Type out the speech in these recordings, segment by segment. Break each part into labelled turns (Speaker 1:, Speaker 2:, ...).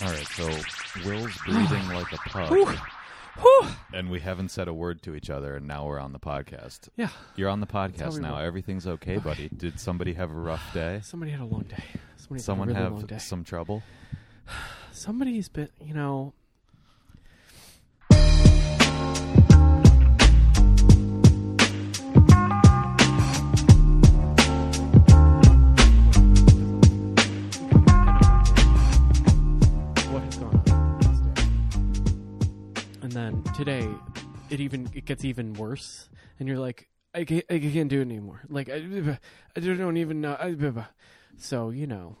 Speaker 1: All right, so Will's breathing like a pug,
Speaker 2: Whew.
Speaker 1: and we haven't said a word to each other, and now we're on the podcast.
Speaker 2: Yeah.
Speaker 1: You're on the
Speaker 2: how
Speaker 1: podcast
Speaker 2: we
Speaker 1: now.
Speaker 2: roll.
Speaker 1: Everything's okay, buddy. Did somebody have a rough day?
Speaker 2: Somebody had a long day. Somebody
Speaker 1: Someone
Speaker 2: had a really long day.
Speaker 1: have some trouble?
Speaker 2: Somebody's been, you know. What has gone on this day. And then today, it even it gets even worse, and you're like, I can't, I can't do it anymore. Like I, I don't even know. I- So you know,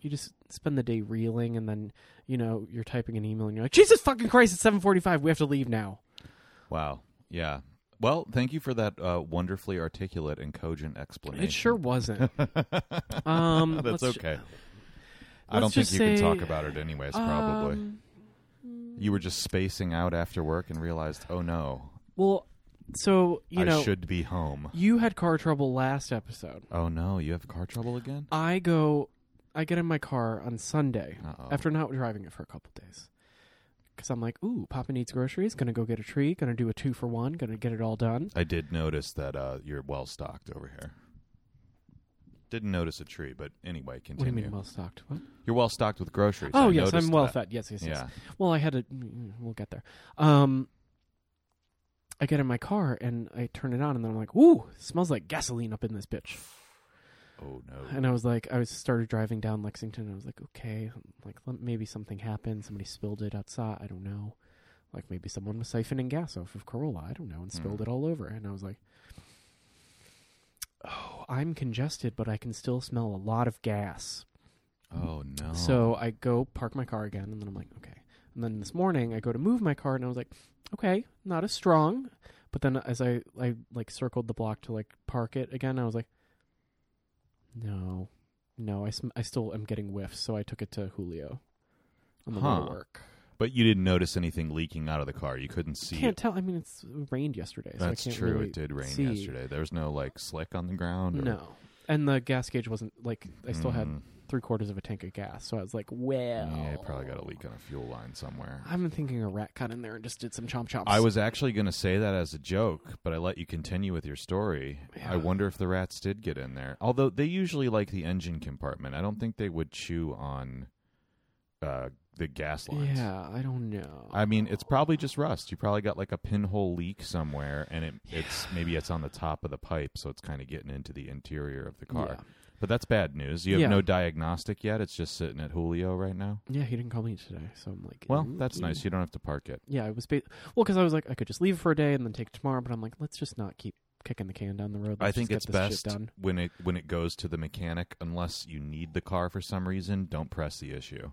Speaker 2: you just spend the day reeling and then you know you're typing an email and you're like jesus fucking christ it's 7.45 we have to leave now
Speaker 1: Wow. Yeah. Well, thank you for that uh, wonderfully articulate and cogent explanation.
Speaker 2: it sure wasn't um
Speaker 1: That's
Speaker 2: let's ju-
Speaker 1: okay. I don't think
Speaker 2: let's just
Speaker 1: you can talk
Speaker 2: say,
Speaker 1: about it anyways, probably.
Speaker 2: um,
Speaker 1: you were just spacing out after work and realized, oh no,
Speaker 2: well so you
Speaker 1: I
Speaker 2: know
Speaker 1: should be home.
Speaker 2: you had car trouble last episode
Speaker 1: Oh no, you have car trouble again?
Speaker 2: i go i get in my car on sunday
Speaker 1: Uh-oh.
Speaker 2: after not driving it for a couple days because i'm like ooh papa needs groceries gonna go get a tree gonna do a two for one gonna get it all done
Speaker 1: I did notice that uh, you're well stocked over here. Didn't notice a tree, but anyway,
Speaker 2: what do
Speaker 1: continue.
Speaker 2: you mean well stocked what
Speaker 1: You're well stocked with groceries.
Speaker 2: Oh
Speaker 1: I
Speaker 2: yes, I'm
Speaker 1: noticed
Speaker 2: well
Speaker 1: that.
Speaker 2: fed. Yes, yes, yes.
Speaker 1: Yeah.
Speaker 2: Well, I had a. mm, We'll get there. Um, I get in my car and I turn it on, and then I'm like, "Ooh, smells like gasoline up in this bitch."
Speaker 1: Oh no.
Speaker 2: And I was like, I was started driving down Lexington, and I was like, okay, like let- maybe something happened. Somebody spilled it outside. I don't know. Like maybe someone was siphoning gas off of Corolla. I don't know, and spilled
Speaker 1: Mm.
Speaker 2: it all over. And I was like, oh, I'm congested, but I can still smell a lot of gas.
Speaker 1: Oh no.
Speaker 2: So I go park my car again, and then I'm like, okay. And then this morning I go to move my car, and I was like, okay, not as strong. But then as I I like circled the block to like park it again, I was like, no, no, I sm- I still am getting whiffs. So I took it to Julio on the way
Speaker 1: Huh.
Speaker 2: to work.
Speaker 1: but you didn't notice anything leaking out of the car. You couldn't see.
Speaker 2: Can't
Speaker 1: it.
Speaker 2: tell. I mean, it's it rained yesterday. So
Speaker 1: That's
Speaker 2: I can't
Speaker 1: true.
Speaker 2: Really
Speaker 1: it did rain
Speaker 2: see.
Speaker 1: yesterday. There was no like slick on the ground. Or,
Speaker 2: No, and the gas gauge wasn't like I still had
Speaker 1: Mm.
Speaker 2: three quarters of a tank of gas. So I was like, well,
Speaker 1: Yeah, you probably got a leak on a fuel line somewhere.
Speaker 2: I'm thinking a rat got in there and just did some chomp chops.
Speaker 1: I was actually going to say that as a joke, but I let you continue with your story.
Speaker 2: Yeah.
Speaker 1: I wonder if the rats did get in there. Although they usually like the engine compartment. I don't think they would chew on uh, the gas lines.
Speaker 2: Yeah, I don't know.
Speaker 1: I mean, it's probably just rust. You probably got like a pinhole leak somewhere, and it, it's maybe it's on the top of the pipe, so it's kind of getting into the interior of the car.
Speaker 2: Yeah.
Speaker 1: But that's bad news. You have
Speaker 2: Yeah.
Speaker 1: no diagnostic yet. It's just sitting at Julio right now.
Speaker 2: Yeah, he didn't call me today, so I'm like,
Speaker 1: Well,
Speaker 2: "Ooh,
Speaker 1: that's
Speaker 2: ooh."
Speaker 1: nice. You don't have to park it.
Speaker 2: Yeah, I was ba- well because I was like, I could just leave it for a day and then take it tomorrow, but I'm like, let's just not keep kicking the can down the road.
Speaker 1: I
Speaker 2: Let's
Speaker 1: think
Speaker 2: just
Speaker 1: it's
Speaker 2: get this
Speaker 1: best
Speaker 2: shit done.
Speaker 1: when it when it goes to the mechanic unless you need the car for some reason, don't press the issue.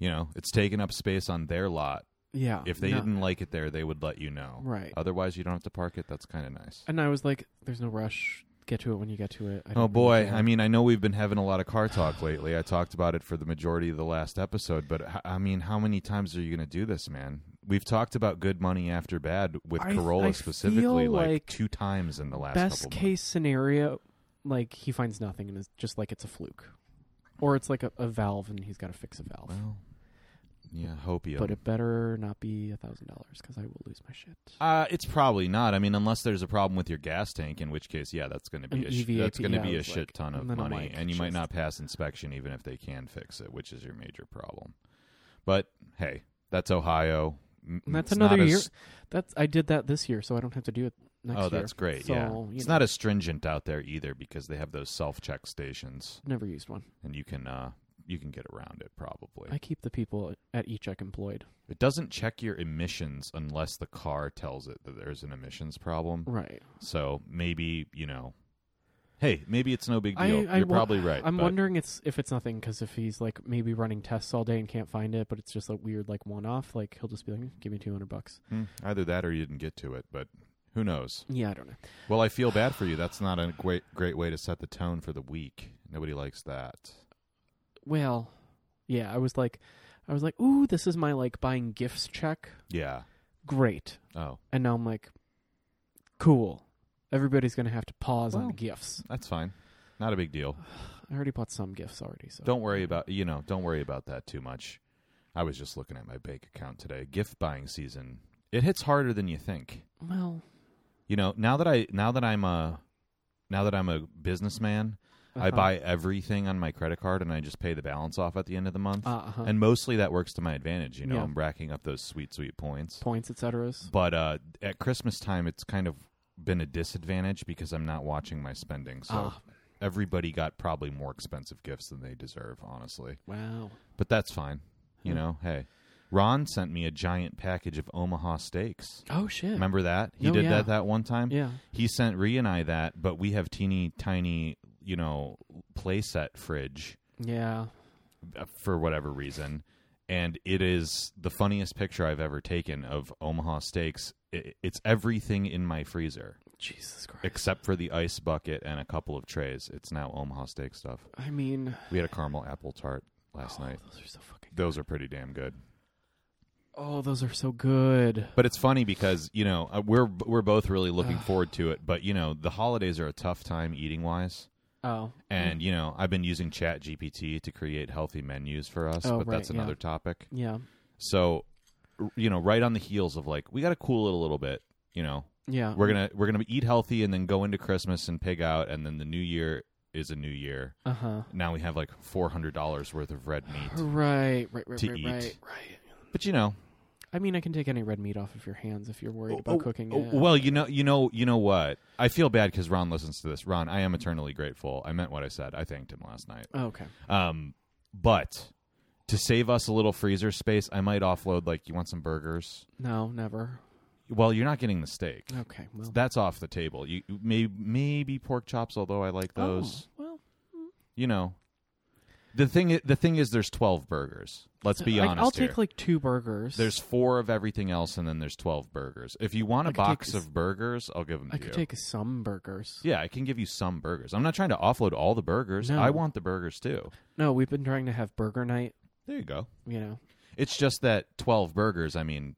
Speaker 1: You know, it's taking up space on their lot.
Speaker 2: Yeah,
Speaker 1: If they
Speaker 2: Uh, no.
Speaker 1: didn't like it there, they would let you know.
Speaker 2: right?
Speaker 1: Otherwise, you don't have to park it. That's kind of nice.
Speaker 2: And I was like, there's no rush. Get to it when you get to it. I don't
Speaker 1: Oh
Speaker 2: really
Speaker 1: boy,
Speaker 2: care.
Speaker 1: I mean, I know we've been having a lot of car talk lately. I talked about it for the majority of the last episode, but h- I mean, how many times are you going to do this, man? We've talked about good money after bad with
Speaker 2: I-
Speaker 1: Corolla
Speaker 2: I
Speaker 1: specifically
Speaker 2: feel
Speaker 1: like,
Speaker 2: like
Speaker 1: two times in the last
Speaker 2: best
Speaker 1: couple
Speaker 2: case scenario, like he finds nothing and is just like it's a fluke, or it's like a, a valve and he's got to fix a valve.
Speaker 1: months. Well, yeah, hope you.
Speaker 2: But it better not be a thousand dollars because I will lose my shit.
Speaker 1: Uh, it's probably not. I mean, unless there's a problem with your gas tank, in which case, yeah, that's going to be
Speaker 2: An E
Speaker 1: a sh-
Speaker 2: EVAP,
Speaker 1: that's going to
Speaker 2: yeah,
Speaker 1: be a
Speaker 2: it's
Speaker 1: shit
Speaker 2: like-
Speaker 1: ton of
Speaker 2: and then I'm
Speaker 1: money,
Speaker 2: like,
Speaker 1: and you might
Speaker 2: just-
Speaker 1: not pass inspection even if they can fix it, which is your major problem. But hey, that's Ohio. M-
Speaker 2: And that's
Speaker 1: it's
Speaker 2: another
Speaker 1: not
Speaker 2: year.
Speaker 1: as-
Speaker 2: That's I did that this year, so I don't have to do it next year.
Speaker 1: oh, that's great.
Speaker 2: So,
Speaker 1: yeah,
Speaker 2: you
Speaker 1: it's
Speaker 2: know,
Speaker 1: not as stringent out there either because they have those self check stations,
Speaker 2: never used one.
Speaker 1: and you can uh, you can get around it probably.
Speaker 2: I keep the people at eCheck employed.
Speaker 1: It doesn't check your emissions unless the car tells it that there's an emissions problem.
Speaker 2: Right.
Speaker 1: So maybe you know, hey, maybe it's no big
Speaker 2: I,
Speaker 1: deal.
Speaker 2: I
Speaker 1: You're
Speaker 2: wo-
Speaker 1: probably right.
Speaker 2: I'm
Speaker 1: but
Speaker 2: wondering it's if it's nothing because if he's like maybe running tests all day and can't find it, but it's just a weird like one off. Like he'll just be like, "Eh, "Give me two hundred bucks."
Speaker 1: hmm, either that or you didn't get to it, but who knows?
Speaker 2: Yeah, I don't know.
Speaker 1: Well, I feel bad for you. That's not a great great way to set the tone for the week. Nobody likes that.
Speaker 2: Well, yeah, I was like, I was like, "Ooh, this is my like buying gifts check."
Speaker 1: Yeah.
Speaker 2: Great.
Speaker 1: Oh,
Speaker 2: And now I'm like, cool. Everybody's gonna have to pause on
Speaker 1: Well.
Speaker 2: the gifts.
Speaker 1: that's fine. Not a big deal.
Speaker 2: I already bought some gifts already, so
Speaker 1: Don't worry about you know. Don't worry about that too much. I was just looking at my bank account today. Gift buying season. It hits harder than you think.
Speaker 2: Well,
Speaker 1: You know, now that I now that I'm a now that I'm a businessman, I
Speaker 2: uh-huh.
Speaker 1: buy everything on my credit card and I just pay the balance off at the end of the month.
Speaker 2: uh, uh-huh.
Speaker 1: And mostly that works to my advantage, you know.
Speaker 2: Yeah.
Speaker 1: I'm racking up those sweet sweet points.
Speaker 2: points, etc.
Speaker 1: But uh at Christmas time it's kind of been a disadvantage because I'm not watching my spending. So
Speaker 2: Ah.
Speaker 1: everybody got probably more expensive gifts than they deserve, honestly.
Speaker 2: Wow.
Speaker 1: But that's fine. You
Speaker 2: Hmm.
Speaker 1: know, hey. Ron sent me a giant package of Omaha steaks.
Speaker 2: Oh shit.
Speaker 1: Remember that? He
Speaker 2: No,
Speaker 1: did
Speaker 2: yeah.
Speaker 1: that that one time.
Speaker 2: Yeah.
Speaker 1: He sent Ree and I that, but we have teeny tiny, you know, playset fridge
Speaker 2: Yeah.
Speaker 1: uh, for whatever reason. And it is the funniest picture I've ever taken of Omaha steaks. I- It's everything in my freezer
Speaker 2: Jesus Christ.
Speaker 1: except for the ice bucket and a couple of trays. It's now Omaha steak stuff.
Speaker 2: I mean,
Speaker 1: We had a caramel apple tart last
Speaker 2: oh,
Speaker 1: night.
Speaker 2: Those are so fucking.
Speaker 1: Those are pretty damn good.
Speaker 2: Oh, those are so good.
Speaker 1: But it's funny because you know uh, we're we're both really looking
Speaker 2: Ugh.
Speaker 1: forward to it. But you know the holidays are a tough time eating wise,
Speaker 2: Oh.
Speaker 1: and you know I've been using Chat GPT to create healthy menus for us.
Speaker 2: Oh,
Speaker 1: but
Speaker 2: right,
Speaker 1: that's
Speaker 2: yeah.
Speaker 1: another topic.
Speaker 2: Yeah.
Speaker 1: So r- you know, right on the heels of like we got to cool it a little bit. You know,
Speaker 2: Yeah.
Speaker 1: we're gonna we're gonna eat healthy and then go into Christmas and pig out, and then the new year is a new year.
Speaker 2: Uh huh.
Speaker 1: Now we have like four hundred dollars worth of red meat.
Speaker 2: Right. Right. Right.
Speaker 1: To
Speaker 2: right.
Speaker 1: eat.
Speaker 2: Right. Right.
Speaker 1: But you know,
Speaker 2: I mean, I can take any red meat off of your hands if you're worried about
Speaker 1: Oh,
Speaker 2: cooking
Speaker 1: oh,
Speaker 2: it.
Speaker 1: Well, you know, you know, you know what? I feel bad because Ron listens to this. Ron, I am eternally grateful. I meant what I said. I thanked him last night.
Speaker 2: Oh, okay.
Speaker 1: Um, but to save us a little freezer space, I might offload. Like, you want some burgers?
Speaker 2: No, never.
Speaker 1: Well, you're not getting the steak.
Speaker 2: Okay. Well.
Speaker 1: That's off the table. You may, maybe pork chops, although I like
Speaker 2: Oh,
Speaker 1: those.
Speaker 2: well,
Speaker 1: You know, the thing. i- The thing is, there's twelve burgers. Let's be
Speaker 2: I-
Speaker 1: honest.
Speaker 2: I'll
Speaker 1: here.
Speaker 2: take like two burgers.
Speaker 1: there's four of everything else, and then there's twelve burgers. If you want
Speaker 2: I
Speaker 1: a
Speaker 2: could take
Speaker 1: box
Speaker 2: s-
Speaker 1: of burgers, I'll give them to
Speaker 2: I
Speaker 1: you.
Speaker 2: could take some burgers.
Speaker 1: Yeah, I can give you some burgers. I'm not trying to offload all the burgers.
Speaker 2: No.
Speaker 1: I want the burgers too.
Speaker 2: No, we've been trying to have burger night.
Speaker 1: There you go.
Speaker 2: You know.
Speaker 1: It's just that 12 burgers, I mean,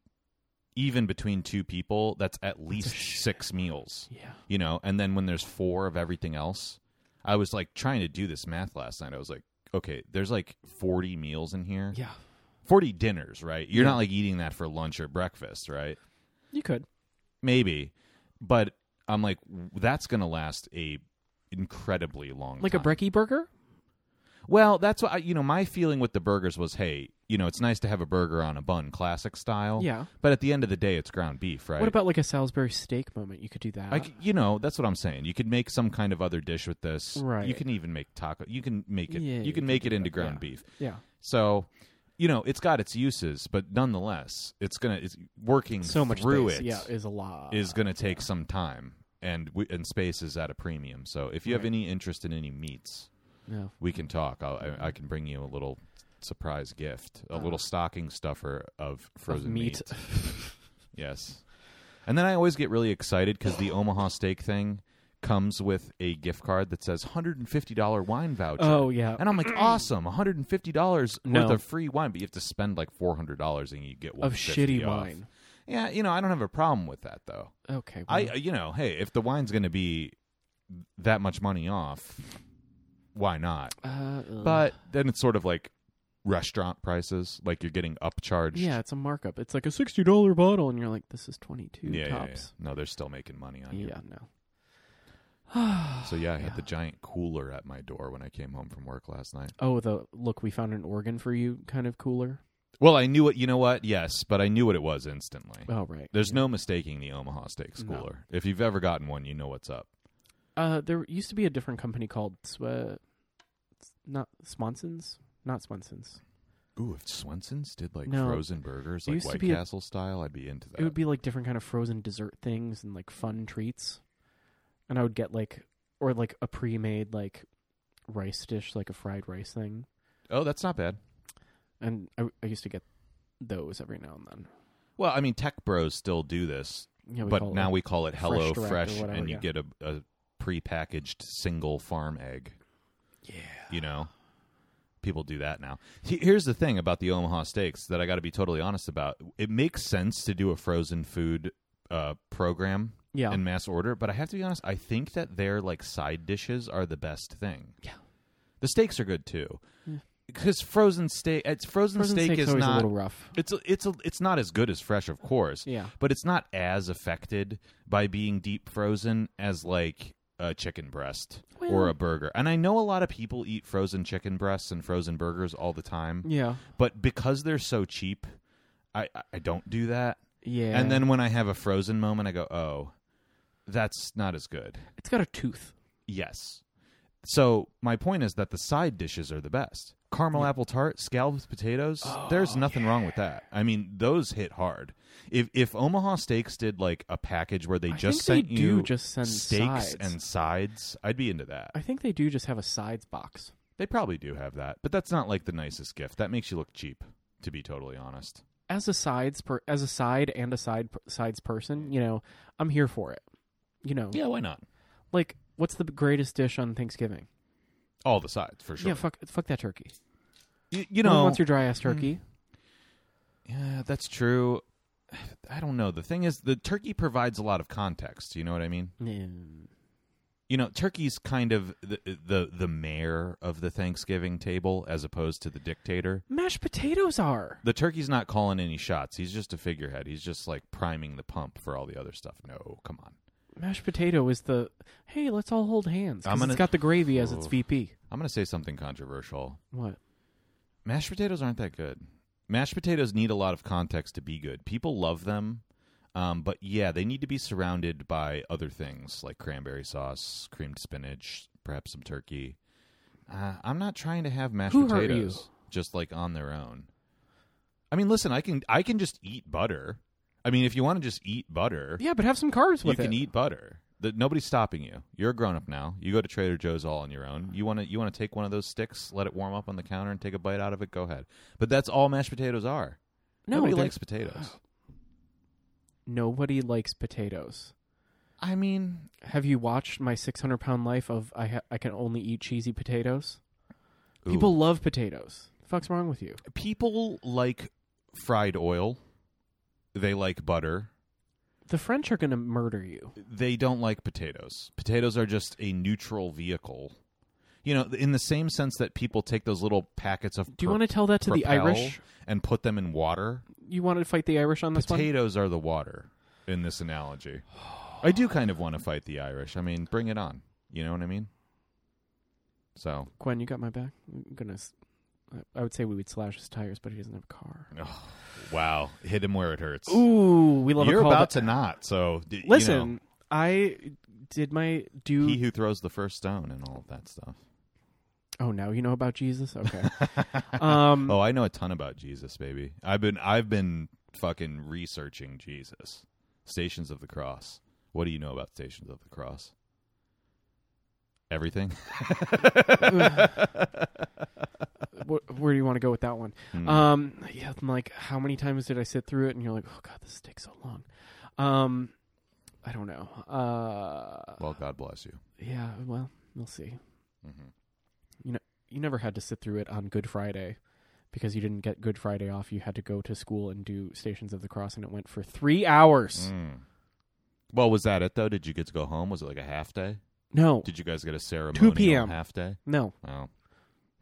Speaker 1: even between two people, that's at least
Speaker 2: sh-
Speaker 1: six meals,
Speaker 2: Yeah.
Speaker 1: you know? And then when there's four of everything else, I was like trying to do this math last night. I was like, okay, there's like 40 meals in here,
Speaker 2: Yeah.
Speaker 1: 40 dinners, right? You're
Speaker 2: Yeah.
Speaker 1: not like eating that for lunch or breakfast, right?
Speaker 2: You could.
Speaker 1: Maybe. But I'm like, w- that's going to last a incredibly long
Speaker 2: Like
Speaker 1: time.
Speaker 2: a brekkie burger.
Speaker 1: Well, that's what I, you know. My feeling with the burgers was, hey, you know, it's nice to have a burger on a bun, classic style.
Speaker 2: Yeah.
Speaker 1: But at the end of the day, it's ground beef, right?
Speaker 2: What about like a Salisbury steak moment? You could do that.
Speaker 1: I c you know, that's what I'm saying. You could make some kind of other dish with this. You
Speaker 2: Right.
Speaker 1: can even make taco. You can make it.
Speaker 2: Yeah,
Speaker 1: you
Speaker 2: you
Speaker 1: can
Speaker 2: can
Speaker 1: make
Speaker 2: do
Speaker 1: it into
Speaker 2: that,
Speaker 1: ground
Speaker 2: yeah.
Speaker 1: beef.
Speaker 2: yeah.
Speaker 1: So, you know, it's got its uses, but nonetheless, it's gonna it's working
Speaker 2: So much
Speaker 1: through
Speaker 2: space,
Speaker 1: it
Speaker 2: Yeah, is a lot.
Speaker 1: is gonna take some time, and we, and space is at a premium. So, if you have
Speaker 2: Right.
Speaker 1: any interest in any meats,
Speaker 2: no.
Speaker 1: we can talk. I'll, I, I can bring you a little surprise gift, a
Speaker 2: Uh,
Speaker 1: little stocking stuffer of frozen
Speaker 2: Of meat.
Speaker 1: Yes. And then I always get really excited because the Omaha steak thing comes with a gift card that says $150 wine voucher.
Speaker 2: oh yeah.
Speaker 1: And I'm like, awesome, $150
Speaker 2: No.
Speaker 1: worth of free wine, but you have to spend like $400 and you get one
Speaker 2: Of shitty wine.
Speaker 1: Yeah, you know, I don't have a problem with that though.
Speaker 2: Okay. well,
Speaker 1: I, you know, hey, if the wine's going to be that much money off, why not?
Speaker 2: uh,
Speaker 1: but then it's sort of like restaurant prices like you're getting upcharged
Speaker 2: yeah, it's a markup. It's like a sixty dollar bottle, and you're like, this is twenty two
Speaker 1: yeah, yeah, yeah.
Speaker 2: tops.
Speaker 1: no they're still making money on
Speaker 2: Yeah,
Speaker 1: you
Speaker 2: no.
Speaker 1: so yeah i had the giant cooler at my door when i came home from work last night
Speaker 2: oh, the look, we found an organ for you kind of cooler.
Speaker 1: well i knew it you know what yes but i knew what it was instantly
Speaker 2: Oh right.
Speaker 1: there's
Speaker 2: yeah.
Speaker 1: no mistaking the omaha steak
Speaker 2: No.
Speaker 1: schooler if you've ever gotten one you know what's up
Speaker 2: Uh, there used to be a different company called Swe- not Swanson's, not Swanson's.
Speaker 1: Ooh, if Swenson's did like
Speaker 2: No.
Speaker 1: frozen burgers,
Speaker 2: It
Speaker 1: like
Speaker 2: used to
Speaker 1: White
Speaker 2: be a-
Speaker 1: Castle style, I'd be into that.
Speaker 2: It would be like different kind of frozen dessert things and like fun treats, and I would get like or like a pre-made like rice dish, like a fried rice thing,
Speaker 1: oh, that's not bad.
Speaker 2: and I, I used to get those every now and then.
Speaker 1: Well, I mean, tech bros still do this.
Speaker 2: Yeah, we call
Speaker 1: but
Speaker 2: it,
Speaker 1: now
Speaker 2: like-
Speaker 1: we call it
Speaker 2: Fresh
Speaker 1: Hello
Speaker 2: Direct or
Speaker 1: Fresh,
Speaker 2: whatever,
Speaker 1: and you
Speaker 2: yeah.
Speaker 1: get a, a prepackaged single farm egg.
Speaker 2: yeah,
Speaker 1: You know, people do that now. He- Here's the thing about the Omaha steaks that I got to be totally honest about. It makes sense to do a frozen food uh, program
Speaker 2: yeah,
Speaker 1: in mass order, but I have to be honest. I think that their like side dishes are the best thing.
Speaker 2: Yeah.
Speaker 1: the steaks are good too.
Speaker 2: Yeah.
Speaker 1: because frozen steak, it's frozen,
Speaker 2: Frozen
Speaker 1: steak
Speaker 2: steak's
Speaker 1: is
Speaker 2: always a
Speaker 1: not.
Speaker 2: little rough.
Speaker 1: It's a, it's a, it's not as good as fresh, of course.
Speaker 2: Yeah.
Speaker 1: but it's not as affected by being deep frozen as like a chicken breast or
Speaker 2: Well-
Speaker 1: a burger. And I know a lot of people eat frozen chicken breasts and frozen burgers all the time,
Speaker 2: Yeah.
Speaker 1: but because they're so cheap, I I- I don't do that.
Speaker 2: Yeah.
Speaker 1: And then when I have a frozen moment, I go, "Oh, that's not as good."
Speaker 2: it's got a tooth.
Speaker 1: Yes. So my point is that the side dishes are the best. Caramel apple tart, scalloped potatoes.
Speaker 2: Oh,
Speaker 1: there's nothing wrong with that. I mean, those hit hard. If if Omaha Steaks did like a package where they
Speaker 2: I
Speaker 1: just
Speaker 2: think
Speaker 1: sent
Speaker 2: they
Speaker 1: you
Speaker 2: do just send
Speaker 1: steaks
Speaker 2: sides.
Speaker 1: and sides, I'd be into that.
Speaker 2: I think they do just have a sides box.
Speaker 1: They probably do have that, but that's not like the nicest gift. That makes you look cheap, to be totally honest.
Speaker 2: As a sides per, as a side and a side per- sides person, you know, I'm here for it. You know,
Speaker 1: Yeah, why not?
Speaker 2: like what's the greatest dish on Thanksgiving?
Speaker 1: All the sides for sure.
Speaker 2: Yeah, fuck, fuck that turkey.
Speaker 1: you, you
Speaker 2: No one
Speaker 1: know,
Speaker 2: wants your dry ass turkey.
Speaker 1: yeah, that's true. I don't know. The thing is, the turkey provides a lot of context. You know what I mean?
Speaker 2: Mm.
Speaker 1: you know turkey's kind of the, the the mayor of the thanksgiving table as opposed to the dictator
Speaker 2: Mashed potatoes are.
Speaker 1: the turkey's not calling any shots he's just a figurehead he's just like priming the pump for all the other stuff no come on
Speaker 2: Mashed potato is the hey, let's all hold hands. 'cause
Speaker 1: I'm gonna-
Speaker 2: it's got the gravy as its
Speaker 1: Oof.
Speaker 2: VP.
Speaker 1: i'm going to say something controversial
Speaker 2: What?
Speaker 1: mashed potatoes aren't that good mashed potatoes need a lot of context to be good people love them um, but yeah they need to be surrounded by other things like cranberry sauce creamed spinach perhaps some turkey uh, i'm not trying to have mashed
Speaker 2: Who hurt you?
Speaker 1: potatoes just like on their own i mean listen i can i can just eat butter i mean if you want to just eat butter
Speaker 2: Yeah, but have some carbs
Speaker 1: you
Speaker 2: with
Speaker 1: can
Speaker 2: it.
Speaker 1: eat butter The- nobody's stopping you you're a grown-up now you go to trader joe's all on your own you want to you want to take one of those sticks let it warm up on the counter and take a bite out of it go ahead but that's all mashed potatoes are
Speaker 2: no,
Speaker 1: nobody
Speaker 2: they're-
Speaker 1: likes potatoes
Speaker 2: Nobody likes potatoes.
Speaker 1: i mean
Speaker 2: Have you watched my 600 pound life of I ha- I can only eat cheesy potatoes?
Speaker 1: ooh.
Speaker 2: People love potatoes. The fuck's wrong with you?
Speaker 1: people like fried oil they like butter
Speaker 2: The French are gonna murder you.
Speaker 1: they don't like potatoes. Potatoes are just a neutral vehicle. You know, in the same sense that people take those little packets of
Speaker 2: Do you
Speaker 1: pro-
Speaker 2: want to tell that to the
Speaker 1: Propel
Speaker 2: Irish?
Speaker 1: and put them in water.
Speaker 2: You want to fight the Irish on this one?
Speaker 1: Potatoes are the water in this analogy. I do kind of want to fight the Irish. I mean, bring it on. You know what I mean? So,
Speaker 2: Gwen, you got my back. I'm gonna. s- I- I would say we would slash his tires, but he doesn't have a car.
Speaker 1: wow, hit him where it hurts.
Speaker 2: Ooh, we love
Speaker 1: You're
Speaker 2: a call
Speaker 1: about to not. So, d- you
Speaker 2: Listen,
Speaker 1: know,
Speaker 2: I did my do.
Speaker 1: he who throws the first stone and all of that stuff.
Speaker 2: oh, now you know about Jesus. Okay. um,
Speaker 1: Oh, I know a ton about Jesus, baby. I've been I've been fucking researching Jesus. Stations of the Cross. What do you know about Stations of the Cross? Everything.
Speaker 2: wh- where do you want to go with that one?
Speaker 1: Hmm.
Speaker 2: Um, yeah, I'm like, how many times did I sit through it? And you're like, oh god, this takes so long. Um, I don't know. Uh,
Speaker 1: well, God bless you.
Speaker 2: yeah. Well, we'll see.
Speaker 1: Mhm.
Speaker 2: You never had to sit through it on Good Friday because you didn't get Good Friday off. You had to go to school and do Stations of the Cross, and it went for three hours.
Speaker 1: Mm. Well, was that it though? Did you get to go home? Was it like a half day?
Speaker 2: No,
Speaker 1: Did you guys get a ceremonial
Speaker 2: 2 p.m..
Speaker 1: half day?
Speaker 2: no,
Speaker 1: Oh.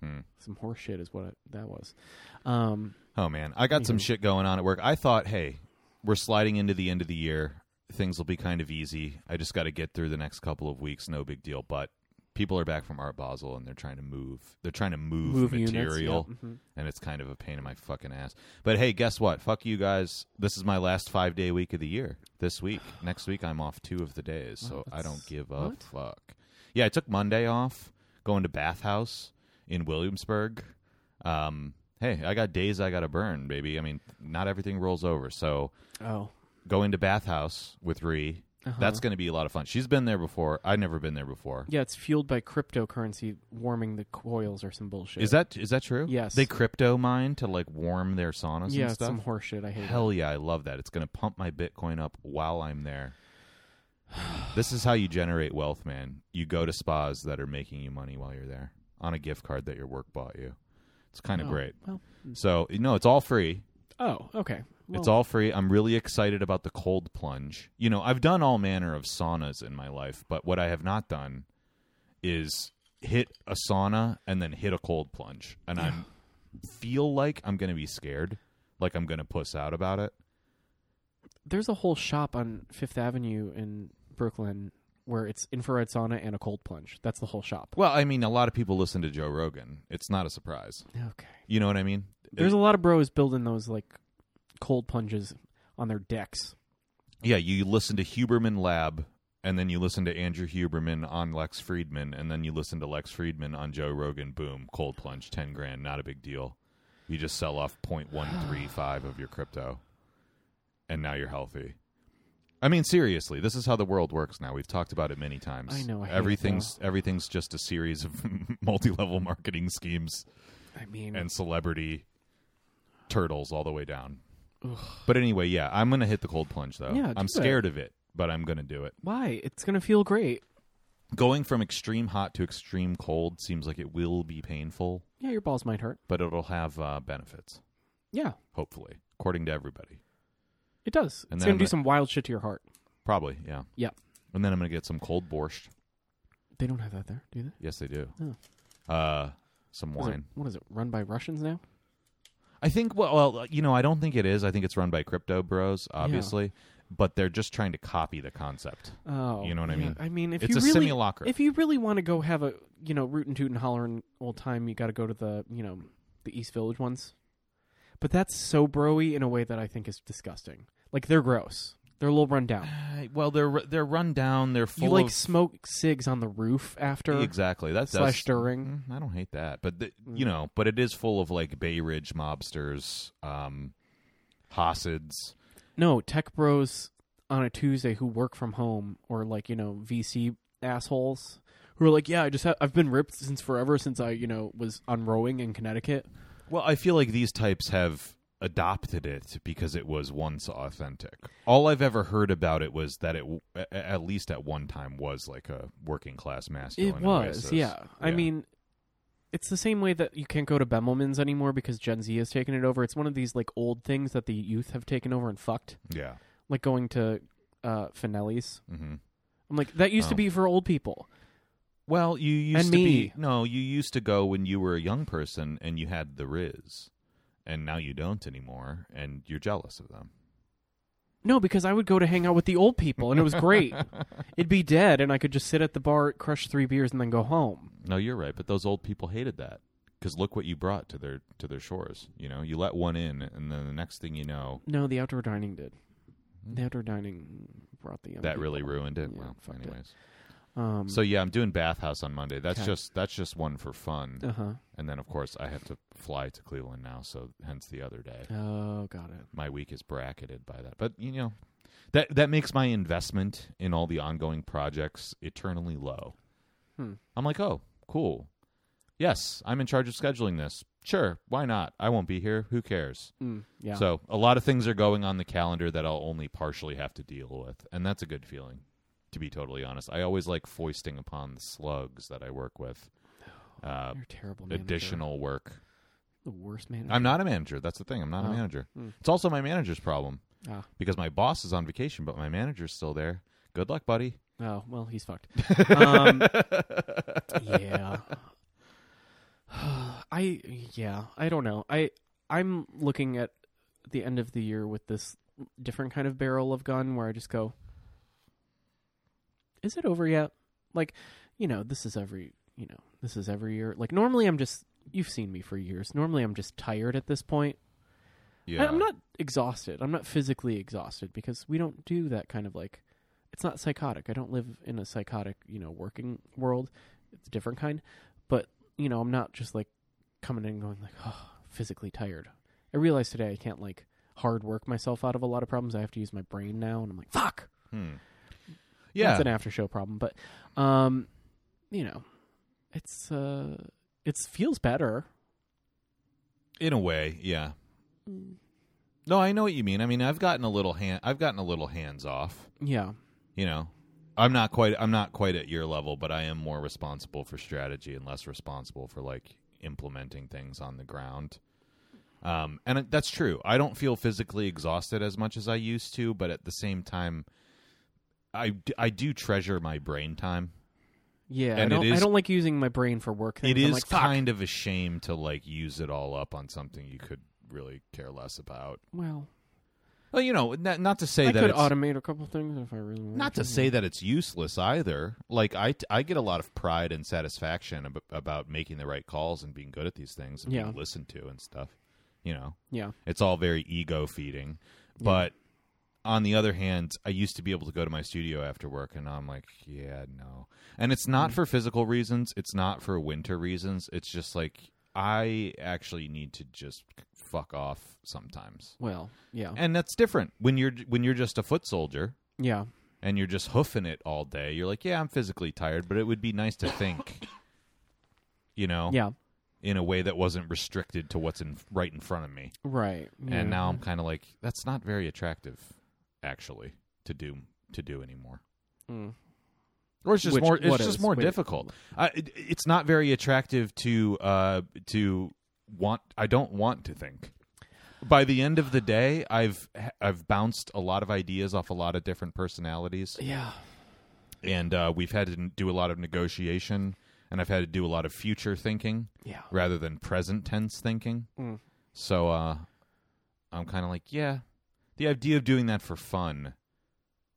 Speaker 1: Hmm.
Speaker 2: some horse shit is what it, that was. Um,
Speaker 1: Oh man, I got some
Speaker 2: Anywho.
Speaker 1: shit going on at work. I thought, hey, we're sliding into the end of the year. Things will be kind of easy. I just got to get through the next couple of weeks. No big deal. But people are back from Art Basel and they're trying to move. They're trying to move,
Speaker 2: units, yeah,
Speaker 1: material,
Speaker 2: mhm.
Speaker 1: and it's kind of a pain in my fucking ass. But hey, guess what? Fuck you guys. This is my last five day week of the year. This week, next week, I'm off two of the days, so
Speaker 2: Wow,
Speaker 1: I don't
Speaker 2: that's-
Speaker 1: give a
Speaker 2: what?
Speaker 1: fuck. Yeah, I took Monday off, going to Bathhouse in Williamsburg. Um, hey, I got days I got to burn, baby. I mean, not everything rolls over. So
Speaker 2: Oh,
Speaker 1: going to Bathhouse with Ree,
Speaker 2: uh-huh.
Speaker 1: that's going to be a lot of fun. She's been there before. I've never been there before.
Speaker 2: yeah. It's fueled by cryptocurrency warming the coils or some bullshit.
Speaker 1: Is that is that true?
Speaker 2: Yes.
Speaker 1: They crypto mine to like warm their saunas and
Speaker 2: yeah? it's
Speaker 1: stuff.
Speaker 2: Some horse shit. I hate.
Speaker 1: Hell yeah, I love that. It's going to pump my Bitcoin up while I'm there. this is how you generate wealth, man. You go to spas that are making you money while you're there on a gift card that your work bought you. It's kind
Speaker 2: it.
Speaker 1: of
Speaker 2: Oh,
Speaker 1: great.
Speaker 2: Well,
Speaker 1: So, no, it's all free.
Speaker 2: oh, okay. Well,
Speaker 1: It's all free. I'm really excited about the cold plunge. You know, I've done all manner of saunas in my life, but what I have not done is hit a sauna and then hit a cold plunge. And I'm feel like I'm going to be scared, like I'm going to puss out about it.
Speaker 2: There's a whole shop on Fifth Avenue in Brooklyn where it's infrared sauna and a cold plunge. That's the whole shop.
Speaker 1: Well, I mean, a lot of people listen to Joe Rogan. It's not a surprise.
Speaker 2: Okay.
Speaker 1: You know what I mean?
Speaker 2: There's a lot of bros building those like cold plunges on their decks.
Speaker 1: Yeah, you listen to Huberman Lab, and then you listen to Andrew Huberman on Lex Friedman, and then you listen to Lex Friedman on Joe Rogan. Boom, cold plunge, ten grand, not a big deal. You just sell off 0.135 of your crypto, and now you're healthy. I mean, seriously, this is how the world works now. We've talked about it many times.
Speaker 2: I know, I hate it,
Speaker 1: everything's everything's just a series of multi-level marketing schemes
Speaker 2: I mean,
Speaker 1: and celebrity turtles all the way down. But anyway, yeah, I'm gonna hit the cold plunge though.
Speaker 2: Yeah, do
Speaker 1: I'm
Speaker 2: it.
Speaker 1: scared of it, but I'm gonna do it.
Speaker 2: why? It's gonna feel great.
Speaker 1: Going from extreme hot to extreme cold seems like it will be painful,
Speaker 2: Yeah, your balls might hurt.
Speaker 1: but it'll have uh, benefits,
Speaker 2: Yeah,
Speaker 1: hopefully, according to everybody.
Speaker 2: it does.
Speaker 1: And
Speaker 2: it's
Speaker 1: then
Speaker 2: gonna
Speaker 1: I'm
Speaker 2: do
Speaker 1: gonna-
Speaker 2: some wild shit to your heart.
Speaker 1: Probably, yeah.
Speaker 2: Yeah,
Speaker 1: And then I'm gonna get some cold borscht.
Speaker 2: they don't have that there, do they?
Speaker 1: Yes, they do.
Speaker 2: Oh.
Speaker 1: Uh, some
Speaker 2: What is it-
Speaker 1: wine.
Speaker 2: what is it? Run by Russians now?
Speaker 1: I think. Well, well, you know, I don't think it is. I think it's run by crypto bros, obviously, but they're just trying to copy the concept.
Speaker 2: Oh,
Speaker 1: You know what I
Speaker 2: yeah.
Speaker 1: mean?
Speaker 2: I mean, if
Speaker 1: It's a
Speaker 2: you really,
Speaker 1: simulacra.
Speaker 2: If you really want to go have a you know root and toot and holler and old time, you got to go to the you know the East Village ones. But that's so broy in a way that I think is disgusting. Like they're gross. They're a little run down.
Speaker 1: Uh, well, they're ru- they're run down. They're full
Speaker 2: you like
Speaker 1: of
Speaker 2: smoke cigs on the roof after
Speaker 1: exactly that's
Speaker 2: slash
Speaker 1: that's,
Speaker 2: during.
Speaker 1: Mm, I don't hate that, but the, you know, but it is full of like Bay Ridge mobsters, um, Hasids.
Speaker 2: No tech bros on a Tuesday who work from home or like you know VC assholes who are like, yeah, I just ha- I've been ripped since forever since I you know was on rowing in Connecticut.
Speaker 1: Well, I feel like these types have adopted it because it was once authentic. All I've ever heard about it was that it, w- a- a- at least at one time, was like a working class masculine.
Speaker 2: It was,
Speaker 1: oasis.
Speaker 2: yeah. I mean, it's the same way that you can't go to Bemelman's anymore because Gen Z has taken it over. It's one of these like old things that the youth have taken over and fucked,
Speaker 1: yeah.
Speaker 2: like going to uh Finelli's.
Speaker 1: hmm
Speaker 2: I'm like that used to
Speaker 1: Oh.
Speaker 2: be for old people.
Speaker 1: Well, you used
Speaker 2: And
Speaker 1: to
Speaker 2: me.
Speaker 1: be no, you used to go when you were a young person and you had the Riz, and now you don't anymore, and you're jealous of them.
Speaker 2: No, because I would go to hang out with the old people and it was great. It'd be dead and I could just sit at the bar, crush three beers and then go home.
Speaker 1: No, you're right, but those old people hated that because look what you brought to their to their shores. You know, you let one in, and then the next thing you know,
Speaker 2: No, the outdoor dining did. The outdoor dining brought the young
Speaker 1: that really
Speaker 2: people.
Speaker 1: ruined it.
Speaker 2: Yeah,
Speaker 1: well,
Speaker 2: fucked it.
Speaker 1: anyways,
Speaker 2: um
Speaker 1: so yeah, I'm doing bathhouse on Monday. That's
Speaker 2: Okay.
Speaker 1: just that's just one for fun,
Speaker 2: uh-huh.
Speaker 1: and then of course I have to fly to Cleveland now, so hence the other day.
Speaker 2: Oh, got it.
Speaker 1: my week is bracketed by that. But you know, that that makes my investment in all the ongoing projects eternally low.
Speaker 2: Hmm.
Speaker 1: I'm like, oh, cool. Yes, I'm in charge of scheduling this. Sure, why not? I won't be here. Who cares?
Speaker 2: Mm, yeah.
Speaker 1: So a lot of things are going on the calendar that I'll only partially have to deal with, and that's a good feeling. To be totally honest, I always like foisting upon the slugs that I work with uh,
Speaker 2: You're a terrible manager.
Speaker 1: additional work.
Speaker 2: The worst manager.
Speaker 1: I'm not a manager. That's the thing. I'm not
Speaker 2: Oh.
Speaker 1: a manager.
Speaker 2: Hmm.
Speaker 1: It's also my manager's problem
Speaker 2: Ah.
Speaker 1: because my boss is on vacation, but my manager's still there. Good luck, buddy.
Speaker 2: Oh well, he's fucked. Um, yeah. I yeah. I don't know. I I'm looking at the end of the year with this different kind of barrel of gun where I just go, is it over yet? Like, you know, this is every you know this is every year. Like normally I'm just you've seen me for years. Normally I'm just tired at this point.
Speaker 1: Yeah,
Speaker 2: I, am not exhausted. I'm not physically exhausted because we don't do that kind of like. It's not psychotic. I don't live in a psychotic, you know, working world. It's a different kind. But you know, I'm not just like coming in and going like, oh, physically tired. I realize today I can't like hard work myself out of a lot of problems. I have to use my brain now, and I'm like, fuck.
Speaker 1: Hmm. Yeah,
Speaker 2: it's an after show problem, but um, you know, it's uh, it feels better.
Speaker 1: in a way. Yeah.
Speaker 2: Hmm.
Speaker 1: No, I know what you mean. I mean, I've gotten a little hand. I've gotten a little hands off.
Speaker 2: Yeah,
Speaker 1: You know, I'm not quite. I'm not quite at your level, but I am more responsible for strategy and less responsible for like implementing things on the ground. Um, and it- that's true. I don't feel physically exhausted as much as I used to, but at the same time, I, d- I do treasure my brain time.
Speaker 2: Yeah, I
Speaker 1: And it
Speaker 2: don't. I
Speaker 1: is-
Speaker 2: don't like using my brain for work. Things.
Speaker 1: It
Speaker 2: I'm
Speaker 1: is
Speaker 2: like, fuck.
Speaker 1: kind of a shame to like use it all up on something you could really care less about.
Speaker 2: Well,
Speaker 1: Well, you know, not, not to say
Speaker 2: I
Speaker 1: that
Speaker 2: could
Speaker 1: it's,
Speaker 2: automate a couple things if I really. wanted
Speaker 1: not to say that it's useless either. Like I, t- I get a lot of pride and satisfaction ab- about making the right calls and being good at these things and
Speaker 2: Yeah.
Speaker 1: being listened to and stuff. You know,
Speaker 2: Yeah.
Speaker 1: it's all very ego feeding. But on the other hand, I used to be able to go to my studio after work, and now I'm like, yeah, no. And it's not for physical reasons. It's not for winter reasons. It's just like I actually need to just fuck off sometimes,
Speaker 2: Well, yeah,
Speaker 1: and that's different when you're when you're just a foot soldier
Speaker 2: yeah,
Speaker 1: and you're just hoofing it all day. You're like, yeah, I'm physically tired, but it would be nice to think, you know,
Speaker 2: yeah.
Speaker 1: in a way that wasn't restricted to what's in right in front of me.
Speaker 2: Right. yeah.
Speaker 1: And now I'm kind of like, that's not very attractive, actually, to do to do anymore.
Speaker 2: Mm.
Speaker 1: Or it's just
Speaker 2: Which-
Speaker 1: more it's
Speaker 2: what
Speaker 1: just
Speaker 2: is?
Speaker 1: more
Speaker 2: Wait.
Speaker 1: difficult. I, it, it's not very attractive to uh to want. I don't want to think. By the end of the day, I've I've bounced a lot of ideas off a lot of different personalities
Speaker 2: Yeah.
Speaker 1: and uh, we've had to n- do a lot of negotiation and i've had to do a lot of future thinking
Speaker 2: Yeah.
Speaker 1: rather than present tense thinking
Speaker 2: Mm.
Speaker 1: so uh, i'm kind of like yeah the idea of doing that for fun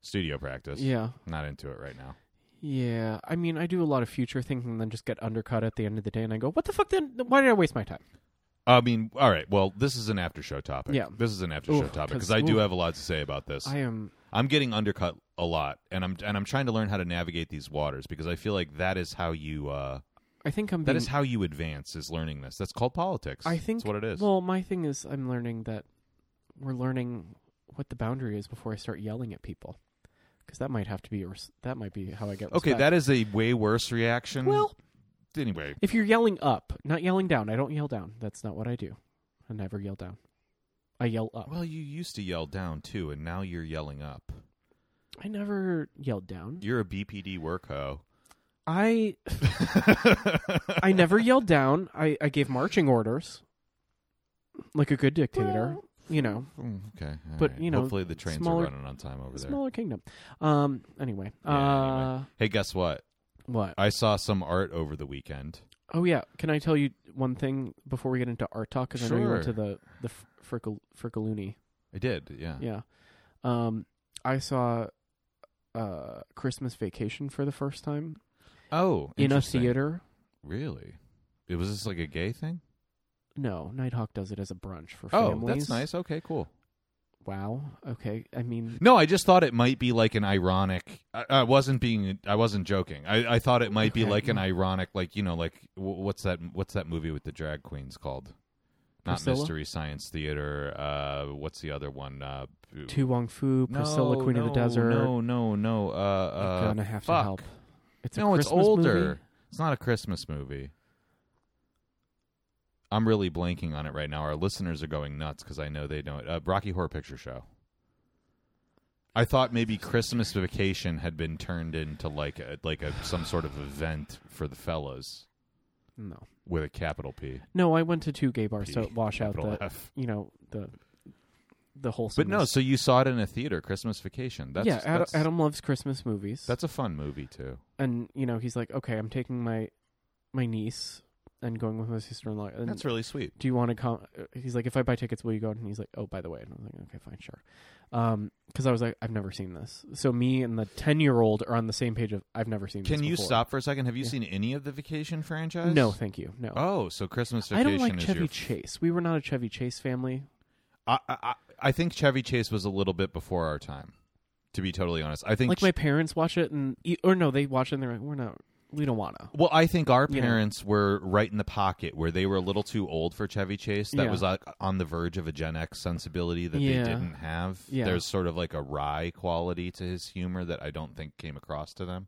Speaker 1: studio practice
Speaker 2: Yeah.
Speaker 1: not into it right now
Speaker 2: Yeah. I mean, I do a lot of future thinking, and then just get undercut at the end of the day, and I go, "What the fuck? Then why did I waste my time?"
Speaker 1: i mean all right well this is an after show topic
Speaker 2: Yeah.
Speaker 1: this is an after
Speaker 2: Oof,
Speaker 1: show topic
Speaker 2: 'cause-
Speaker 1: because i do
Speaker 2: oof.
Speaker 1: have a lot to say about this
Speaker 2: I am.
Speaker 1: i'm getting undercut a lot and i'm and i'm trying to learn how to navigate these waters because i feel like that is how you uh
Speaker 2: I think I'm.
Speaker 1: that
Speaker 2: being-
Speaker 1: is how you advance is learning this that's called politics
Speaker 2: I think
Speaker 1: that's what it is
Speaker 2: Well, my thing is, I'm learning that we're learning what the boundary is before I start yelling at people, because that might have to be a res- that might be how I get.
Speaker 1: Okay,
Speaker 2: respect.
Speaker 1: that is a way worse reaction.
Speaker 2: well,
Speaker 1: anyway,
Speaker 2: if you're yelling up, not yelling down. I don't yell down. That's not what I do. I never yell down. I yell up.
Speaker 1: well, you used to yell down too, and now you're yelling up.
Speaker 2: I never yelled down.
Speaker 1: You're a BPD work hoe.
Speaker 2: I I never yelled down. I, I gave marching orders, like a good dictator. you know,
Speaker 1: Mm, okay, all
Speaker 2: But,
Speaker 1: right.
Speaker 2: you know,
Speaker 1: hopefully the trains
Speaker 2: smaller-
Speaker 1: are running on time over there.
Speaker 2: smaller kingdom. Um. Anyway.
Speaker 1: Yeah,
Speaker 2: uh.
Speaker 1: Hey, guess what?
Speaker 2: What?
Speaker 1: I saw some art over the weekend.
Speaker 2: Oh yeah. Can I tell you one thing before we get into art talk? Because I know you went to
Speaker 1: Sure.
Speaker 2: the the Fr- Frickle Frickaloony.
Speaker 1: I did, yeah.
Speaker 2: Yeah. Um. I saw, uh, Christmas Vacation for the first time
Speaker 1: Oh,
Speaker 2: in a
Speaker 1: interesting.
Speaker 2: theater.
Speaker 1: Really? It was this like a gay thing?
Speaker 2: No, Nighthawk does it as a brunch for
Speaker 1: Oh,
Speaker 2: families.
Speaker 1: that's nice. Okay, cool.
Speaker 2: Wow. Okay. I mean,
Speaker 1: No, I just thought it might be like an ironic. I, I wasn't being. I wasn't joking. I, I thought it might be
Speaker 2: Okay.
Speaker 1: like an ironic, like you know, like w- what's that? What's that movie with the drag queens called? Not
Speaker 2: Priscilla?
Speaker 1: Mystery Science Theater. Uh, what's the other one? Uh, b-
Speaker 2: Tu Wong Fu,
Speaker 1: No,
Speaker 2: Priscilla, Queen of the
Speaker 1: no,
Speaker 2: Desert.
Speaker 1: No, no, no. Uh,
Speaker 2: You're
Speaker 1: uh,
Speaker 2: gonna have
Speaker 1: fuck.
Speaker 2: to help. It's a
Speaker 1: no, it's
Speaker 2: Christmas
Speaker 1: older.
Speaker 2: movie?
Speaker 1: It's not a Christmas movie. I'm really blanking on it right now. Our listeners are going nuts because I know they don't. Uh, Rocky Horror Picture Show. I thought maybe Christmas Vacation had been turned into like a like a some sort of event for the fellas
Speaker 2: No,
Speaker 1: with a capital P.
Speaker 2: no. I went to two gay bars to
Speaker 1: P,
Speaker 2: wash out
Speaker 1: capital
Speaker 2: the
Speaker 1: F.
Speaker 2: you know the the whole.
Speaker 1: But no, so you saw it in a theater, Christmas Vacation. That's
Speaker 2: yeah, Adam,
Speaker 1: that's,
Speaker 2: Adam loves Christmas movies.
Speaker 1: that's a fun movie too.
Speaker 2: and you know he's like, okay, I'm taking my my niece and going with my sister in law. And
Speaker 1: That's really sweet.
Speaker 2: do you want to come? He's like, if I buy tickets, will you go? And he's like, oh, by the way. And I was like, okay, fine, sure. Um, because I was like, I've never seen this. So me and the ten year old are on the same page of I've never seen.
Speaker 1: Can
Speaker 2: this
Speaker 1: you
Speaker 2: before."
Speaker 1: stop for a second? Have you
Speaker 2: Yeah.
Speaker 1: seen any of the Vacation franchise?
Speaker 2: No, thank you. No.
Speaker 1: Oh, so Christmas
Speaker 2: I
Speaker 1: Vacation
Speaker 2: don't like
Speaker 1: is
Speaker 2: Chevy
Speaker 1: your
Speaker 2: Chase. We were not a Chevy Chase family.
Speaker 1: I, I I think Chevy Chase was a little bit before our time. To be totally honest, I think.
Speaker 2: Like my parents watch it and e, or no, they watch it and they're like, we're not, we don't wanna.
Speaker 1: well, I think our
Speaker 2: You know.
Speaker 1: parents were right in the pocket where they were a little too old for Chevy Chase. That
Speaker 2: Yeah.
Speaker 1: was like on the verge of a Gen X sensibility that
Speaker 2: Yeah.
Speaker 1: they didn't have.
Speaker 2: Yeah.
Speaker 1: There's sort of like a wry quality to his humor that I don't think came across to them.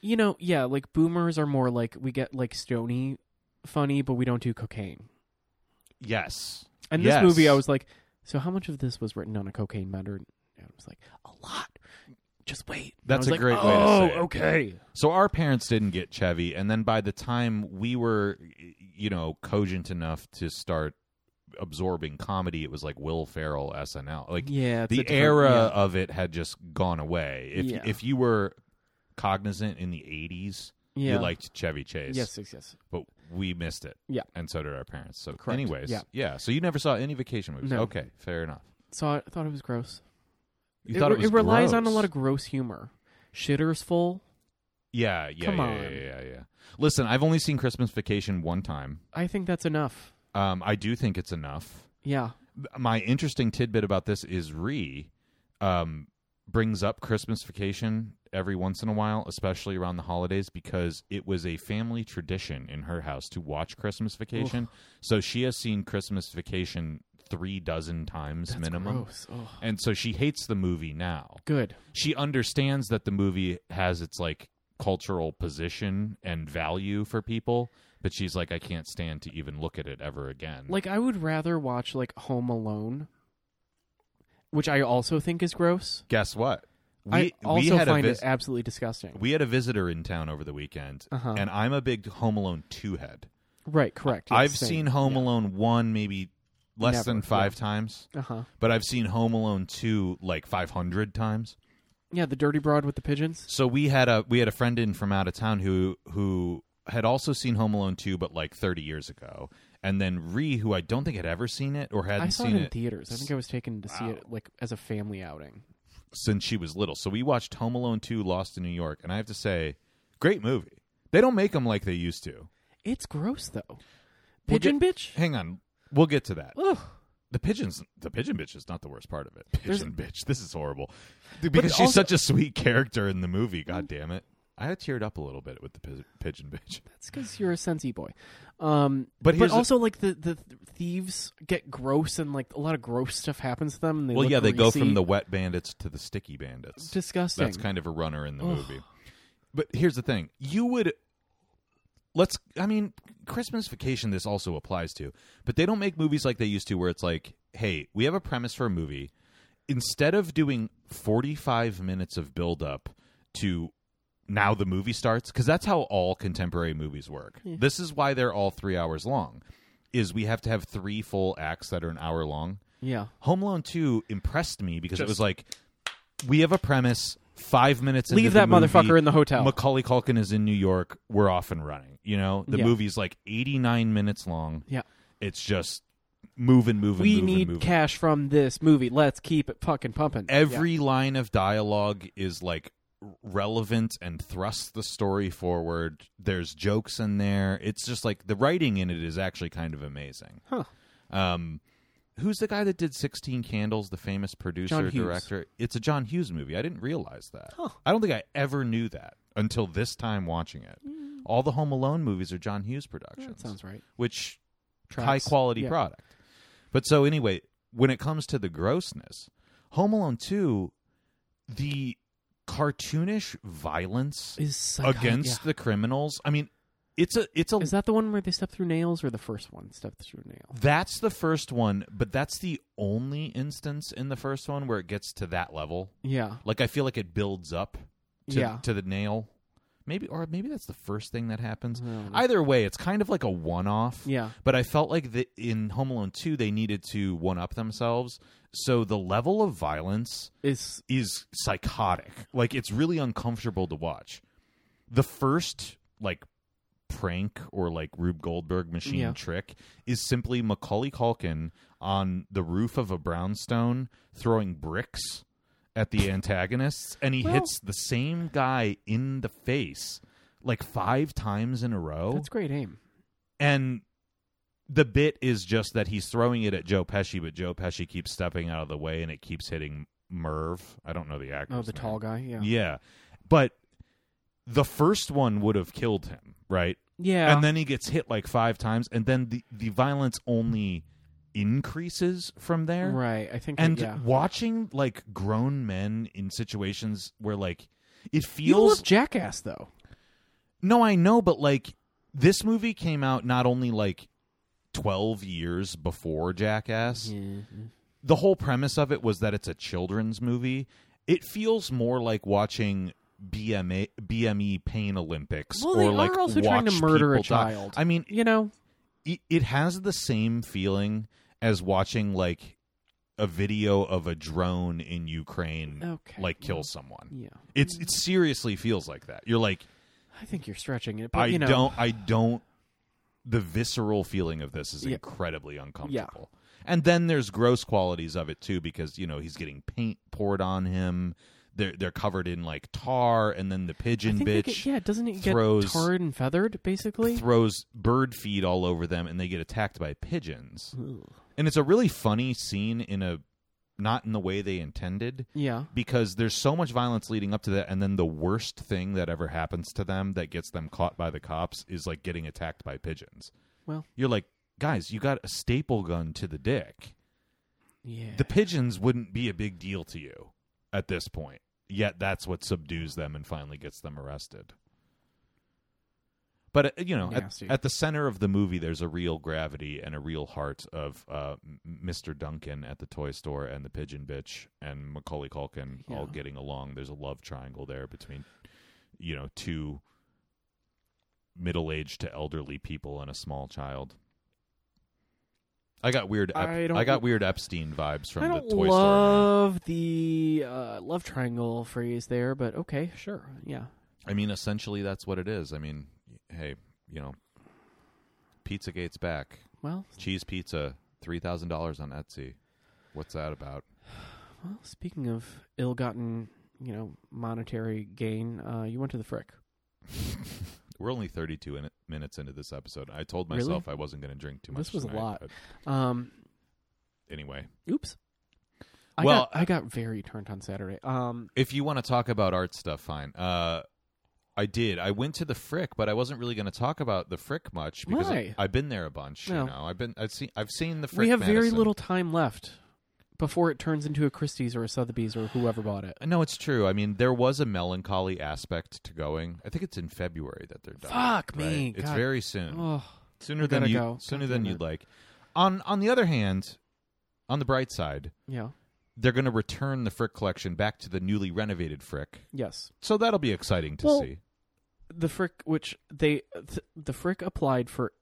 Speaker 2: You know, yeah, like boomers are more like we get like stony, funny, but we don't do cocaine.
Speaker 1: Yes.
Speaker 2: And
Speaker 1: Yes.
Speaker 2: this movie, I was like, so how much of this was written on a cocaine matter? And I was like, a lot. Just wait. And I
Speaker 1: That's
Speaker 2: was
Speaker 1: a
Speaker 2: like,
Speaker 1: great way to
Speaker 2: oh,
Speaker 1: say it."
Speaker 2: okay.
Speaker 1: So our parents didn't get Chevy, and then by the time we were, you know, cogent enough to start absorbing comedy, it was like Will Ferrell, SNL, like
Speaker 2: yeah, it's a
Speaker 1: the
Speaker 2: different-
Speaker 1: era
Speaker 2: yeah.
Speaker 1: of it had just gone away. If
Speaker 2: Yeah.
Speaker 1: if you were cognizant in the eighties
Speaker 2: Yeah.
Speaker 1: You liked Chevy Chase.
Speaker 2: Yes, yes, yes.
Speaker 1: But we missed it.
Speaker 2: Yeah.
Speaker 1: And so did our parents. So,
Speaker 2: Correct.
Speaker 1: anyways,
Speaker 2: Yeah.
Speaker 1: So you never saw any vacation movies.
Speaker 2: No.
Speaker 1: Okay, fair enough.
Speaker 2: So I thought it was gross.
Speaker 1: You thought it was
Speaker 2: relies on a
Speaker 1: gross.
Speaker 2: lot of gross humor. Shitter's full.
Speaker 1: Yeah, yeah,
Speaker 2: Come
Speaker 1: yeah,
Speaker 2: on.
Speaker 1: yeah, yeah, yeah. Listen, I've only seen Christmas Vacation one time.
Speaker 2: I think that's enough.
Speaker 1: Um, I do think it's enough.
Speaker 2: Yeah.
Speaker 1: My interesting tidbit about this is Ree um, brings up Christmas Vacation every once in a while, especially around the holidays, because it was a family tradition in her house to watch Christmas Vacation. So she has seen Christmas Vacation three dozen times
Speaker 2: That's
Speaker 1: minimum.
Speaker 2: gross. Ugh.
Speaker 1: And so she hates the movie now.
Speaker 2: Good.
Speaker 1: she understands that the movie has its like cultural position and value for people but she's like i can't stand to even look at it ever again
Speaker 2: Like I would rather watch like Home Alone, which I also think is gross.
Speaker 1: guess what
Speaker 2: I also
Speaker 1: had
Speaker 2: find
Speaker 1: a vis-
Speaker 2: it absolutely disgusting.
Speaker 1: we had a visitor in town over the weekend
Speaker 2: Uh-huh.
Speaker 1: and i'm a big home alone 2 head
Speaker 2: right. Correct.
Speaker 1: i've seen home alone 1 maybe less
Speaker 2: Never,
Speaker 1: than 5 times
Speaker 2: Uh huh.
Speaker 1: but i've seen home alone 2 like 500 times
Speaker 2: Yeah, the Dirty Broad with the pigeons.
Speaker 1: So we had a we had a friend in from out of town who who had also seen Home Alone two, but like thirty years ago, and then Ree, who I don't think had ever seen it or hadn't
Speaker 2: I saw it
Speaker 1: seen
Speaker 2: in
Speaker 1: it
Speaker 2: theaters. I think I was taken to see it like as a family outing.
Speaker 1: since she was little. So we watched Home Alone two, Lost in New York, and I have to say, great movie. They don't make them like they used to.
Speaker 2: It's gross though.
Speaker 1: We'll
Speaker 2: Pigeon bitch.
Speaker 1: Hang on, we'll get to that.
Speaker 2: Ugh.
Speaker 1: The pigeons, the pigeon bitch is not the worst part of it.
Speaker 2: There's-
Speaker 1: Pigeon bitch, this is horrible because she's
Speaker 2: also-
Speaker 1: such a sweet character in the movie. God damn it. I had teared up a little bit with the pi- pigeon bitch.
Speaker 2: That's because you're a sensei boy. Um,
Speaker 1: But
Speaker 2: but
Speaker 1: here's a-
Speaker 2: also like the, the thieves get gross and like a lot of gross stuff happens to them. And they
Speaker 1: well,
Speaker 2: look
Speaker 1: yeah, they go
Speaker 2: greasy.
Speaker 1: from the wet bandits to the sticky bandits.
Speaker 2: disgusting.
Speaker 1: That's kind of a runner in the movie. But here's the thing: you would let's. I mean, Christmas Vacation. This also applies to, but they don't make movies like they used to, where it's like, hey, we have a premise for a movie. Instead of doing 45 minutes of build up to now the movie starts, because that's how all contemporary movies work. This is why they're all three hours long. Is we have to have three full acts that are an hour long.
Speaker 2: yeah.
Speaker 1: Home Alone 2 impressed me because it
Speaker 2: Just-
Speaker 1: was like, we have a premise, five minutes into
Speaker 2: Leave
Speaker 1: the
Speaker 2: that
Speaker 1: movie,
Speaker 2: motherfucker in the hotel.
Speaker 1: Macaulay Culkin is in New York, we're off and running. You know, the
Speaker 2: Yeah.
Speaker 1: movie's like 89 minutes long.
Speaker 2: Yeah.
Speaker 1: It's just moving, moving,
Speaker 2: we
Speaker 1: moving,
Speaker 2: need
Speaker 1: moving.
Speaker 2: cash from this movie. Let's keep it fucking pumping.
Speaker 1: Every line of dialogue is like relevant and thrusts the story forward. There's jokes in there. It's just like the writing in it is actually kind of amazing.
Speaker 2: Huh.
Speaker 1: Um, who's the guy that did 16 Candles, the famous
Speaker 2: John
Speaker 1: producer,
Speaker 2: Hughes.
Speaker 1: director? It's a John Hughes movie. I didn't realize that.
Speaker 2: Huh.
Speaker 1: I don't think I ever knew that until this time watching it. All the Home Alone movies are John Hughes
Speaker 2: Yeah,
Speaker 1: productions,
Speaker 2: Mm. that sounds right.
Speaker 1: which
Speaker 2: Tracks.
Speaker 1: high quality
Speaker 2: Yeah.
Speaker 1: product. But so anyway, when it comes to the grossness, Home Alone 2, the cartoonish violence
Speaker 2: Is psycho-
Speaker 1: against
Speaker 2: uh, yeah.
Speaker 1: the criminals. I mean, it's a it's a
Speaker 2: Is that the one where they step through nails or the first one step through nail?
Speaker 1: That's the first one, but that's the only instance in the first one where it gets to that level.
Speaker 2: Yeah.
Speaker 1: Like I feel like it builds up to,
Speaker 2: Yeah.
Speaker 1: to the nail. Maybe or maybe that's the first thing that happens.
Speaker 2: No.
Speaker 1: Either way, it's kind of like a one off.
Speaker 2: Yeah.
Speaker 1: But I felt like the, in Home Alone 2 they needed to one up themselves. So the level of violence
Speaker 2: Is
Speaker 1: is psychotic. Like it's really uncomfortable to watch. The first like prank or like Rube Goldberg machine
Speaker 2: Yeah.
Speaker 1: trick is simply Macaulay Culkin on the roof of a brownstone throwing bricks at the antagonists and he
Speaker 2: Well-
Speaker 1: hits the same guy in the face like 5 times in a row
Speaker 2: that's great aim. Oh,
Speaker 1: and the bit is just that he's throwing it at Joe Pesci, but Joe Pesci keeps stepping out of the way, and it keeps hitting Merv. I don't know the actor.
Speaker 2: Oh, the tall guy. Yeah.
Speaker 1: Yeah. but the first one would have killed him, right?
Speaker 2: Yeah.
Speaker 1: And then he gets hit like five times, and then the the violence only increases from there.
Speaker 2: right. I think.
Speaker 1: And
Speaker 2: yeah.
Speaker 1: watching like grown men in situations where like it
Speaker 2: You
Speaker 1: feels
Speaker 2: love Jackass though.
Speaker 1: no, I know, but like this movie came out not only like 12 years before Jackass.
Speaker 2: Mm-hmm.
Speaker 1: The whole premise of it was that it's a children's movie. It feels more like watching BMA, BME E Pain Olympics
Speaker 2: Well,
Speaker 1: or
Speaker 2: they
Speaker 1: like
Speaker 2: are also trying to
Speaker 1: watch
Speaker 2: murder a
Speaker 1: people die.
Speaker 2: child.
Speaker 1: I mean,
Speaker 2: You know.
Speaker 1: it, it has the same feeling as watching like a video of a drone in Ukraine
Speaker 2: Okay,
Speaker 1: like kill
Speaker 2: well,
Speaker 1: someone.
Speaker 2: Yeah.
Speaker 1: It's it seriously feels like that. You're like
Speaker 2: I think you're stretching it. But,
Speaker 1: I
Speaker 2: you know,
Speaker 1: don't. I don't. The visceral feeling of this is
Speaker 2: Yeah.
Speaker 1: incredibly uncomfortable. And then there's gross qualities of it too, because you know he's getting paint poured on him. They're they're covered in like tar, and then the
Speaker 2: I
Speaker 1: pigeon
Speaker 2: think they
Speaker 1: bitch
Speaker 2: Get, yeah, doesn't it get
Speaker 1: throws-
Speaker 2: tarred and feathered basically?
Speaker 1: throws bird feed all over them, and they get attacked by pigeons.
Speaker 2: Ugh.
Speaker 1: And it's a really funny scene in a not in the way they intended,
Speaker 2: yeah.
Speaker 1: because there's so much violence leading up to that and then the worst thing that ever happens to them that gets them caught by the cops is like getting attacked by pigeons
Speaker 2: Well.
Speaker 1: you're like guys you got a staple gun to the dick
Speaker 2: Yeah.
Speaker 1: the pigeons wouldn't be a big deal to you at this point yet that's what subdues them and finally gets them arrested but uh, you know at,
Speaker 2: Nasty.
Speaker 1: at the center of the movie there's a real gravity and a real heart of uh, M- mr duncan at the toy store and the pigeon bitch and macaulay culkin all
Speaker 2: Yeah.
Speaker 1: getting along there's a love triangle there between you know two middle-aged to elderly people and a small child I got weird. Ep-
Speaker 2: I
Speaker 1: I,
Speaker 2: don't-
Speaker 1: got weird Epstein vibes from
Speaker 2: I
Speaker 1: the
Speaker 2: don't
Speaker 1: Toy Story. Man.
Speaker 2: love the uh, love triangle phrase there, but okay, sure, yeah.
Speaker 1: I mean, essentially, that's what it is. I mean, hey, you know, Pizzagate's back.
Speaker 2: Well,
Speaker 1: Cheese pizza, three thousand dollars on Etsy. What's that about?
Speaker 2: well. Speaking of ill-gotten, you know, monetary gain, uh, you went to the frick.
Speaker 1: We're only thirty-two in- minutes into this episode. I told myself I wasn't going to drink too much.
Speaker 2: This was a
Speaker 1: tonight,
Speaker 2: lot.
Speaker 1: but
Speaker 2: Um,
Speaker 1: Anyway,
Speaker 2: oops. I
Speaker 1: Well,
Speaker 2: got, I got very turned on Saturday. Um,
Speaker 1: if you want to talk about art stuff, fine. Uh, I did. I went to the Frick, but I wasn't really going to talk about the Frick much because
Speaker 2: Why?
Speaker 1: I, have been there a bunch.
Speaker 2: No.
Speaker 1: You know, I've been. I've seen. I've seen the Frick.
Speaker 2: we have very
Speaker 1: Madison.
Speaker 2: little time left before it turns into a Christie's or a Sotheby's or whoever bought it.
Speaker 1: Uh, No, it's true. I mean, there was a melancholy aspect to going. I think it's in February that they're done.
Speaker 2: Fuck
Speaker 1: right?
Speaker 2: me,
Speaker 1: It's
Speaker 2: God.
Speaker 1: very soon.
Speaker 2: Oh,
Speaker 1: sooner
Speaker 2: we
Speaker 1: than
Speaker 2: gotta
Speaker 1: you
Speaker 2: go.
Speaker 1: sooner
Speaker 2: God
Speaker 1: than
Speaker 2: damn
Speaker 1: you'd
Speaker 2: it.
Speaker 1: like. On on the other hand, on the bright side,
Speaker 2: yeah.
Speaker 1: they're going to return the Frick collection back to the newly renovated Frick.
Speaker 2: Yes.
Speaker 1: So that'll be exciting to
Speaker 2: Well,
Speaker 1: see.
Speaker 2: the frick which they th- the frick applied for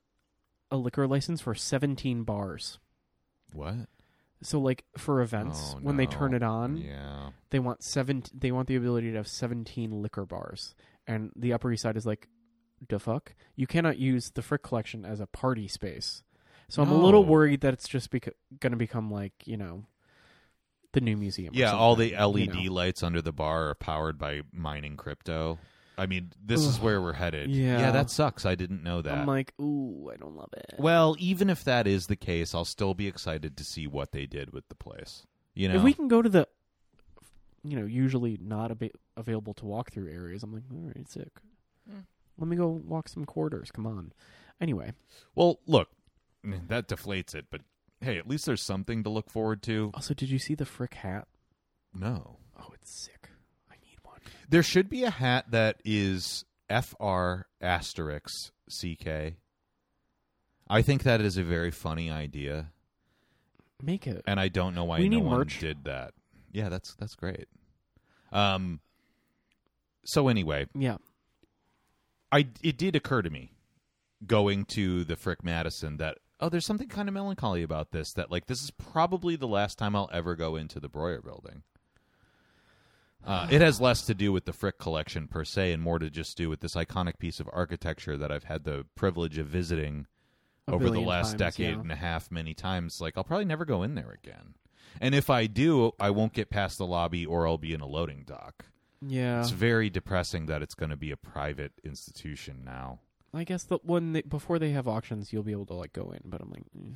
Speaker 2: a liquor license for 17 bars
Speaker 1: What?
Speaker 2: so like for events
Speaker 1: Oh,
Speaker 2: when they
Speaker 1: no.
Speaker 2: turn it on
Speaker 1: Yeah.
Speaker 2: they want seven they want the ability to have 17 liquor bars and the upper east side is like the fuck you cannot use the frick collection as a party space so i'm a little
Speaker 1: No.
Speaker 2: worried that it's just bec- going to become like you know the new museum or
Speaker 1: Yeah, all the E
Speaker 2: something, you
Speaker 1: LED
Speaker 2: know?
Speaker 1: lights under the bar are powered by mining crypto. I mean, this is
Speaker 2: Ugh.
Speaker 1: where we're headed.
Speaker 2: Yeah.
Speaker 1: that sucks. I didn't know that.
Speaker 2: i'm like ooh i don't love it
Speaker 1: Well, even if that is the case, I'll still be excited to see what they did with the place. You know,
Speaker 2: If we can go to the, you know, usually not ab- available to walk through areas, I'm like, all right, sick. Let me go walk some corridors. Come on. Anyway,
Speaker 1: well, look, that deflates it, but hey, at least there's something to look forward to.
Speaker 2: also, did you see the frick hat?
Speaker 1: No,
Speaker 2: Oh, it's sick. I need one.
Speaker 1: there should be a hat that is FR asterisk CK. I think that is a very funny idea,
Speaker 2: Make it.
Speaker 1: and I don't know why
Speaker 2: We
Speaker 1: no
Speaker 2: need
Speaker 1: one
Speaker 2: merch.
Speaker 1: did that. Yeah, that's that's great. Um. So anyway,
Speaker 2: Yeah.
Speaker 1: I it did occur to me going to the Frick Madison that oh, there's something kind of melancholy about this. That like this is probably the last time I'll ever go into the Breuer Building. Uh, it has less to do with the Frick collection per se, and more to just do with this iconic piece of architecture that I've had the privilege of visiting
Speaker 2: A
Speaker 1: over the
Speaker 2: billion
Speaker 1: last
Speaker 2: times,
Speaker 1: decade
Speaker 2: yeah.
Speaker 1: and a half, many times. Like I'll probably never go in there again, and if I do, I won't get past the lobby, or I'll be in a loading dock.
Speaker 2: Yeah.
Speaker 1: It's very depressing that it's going to be a private institution now.
Speaker 2: I guess that when they, before they have auctions, you'll be able to like go in. But I'm like, mm.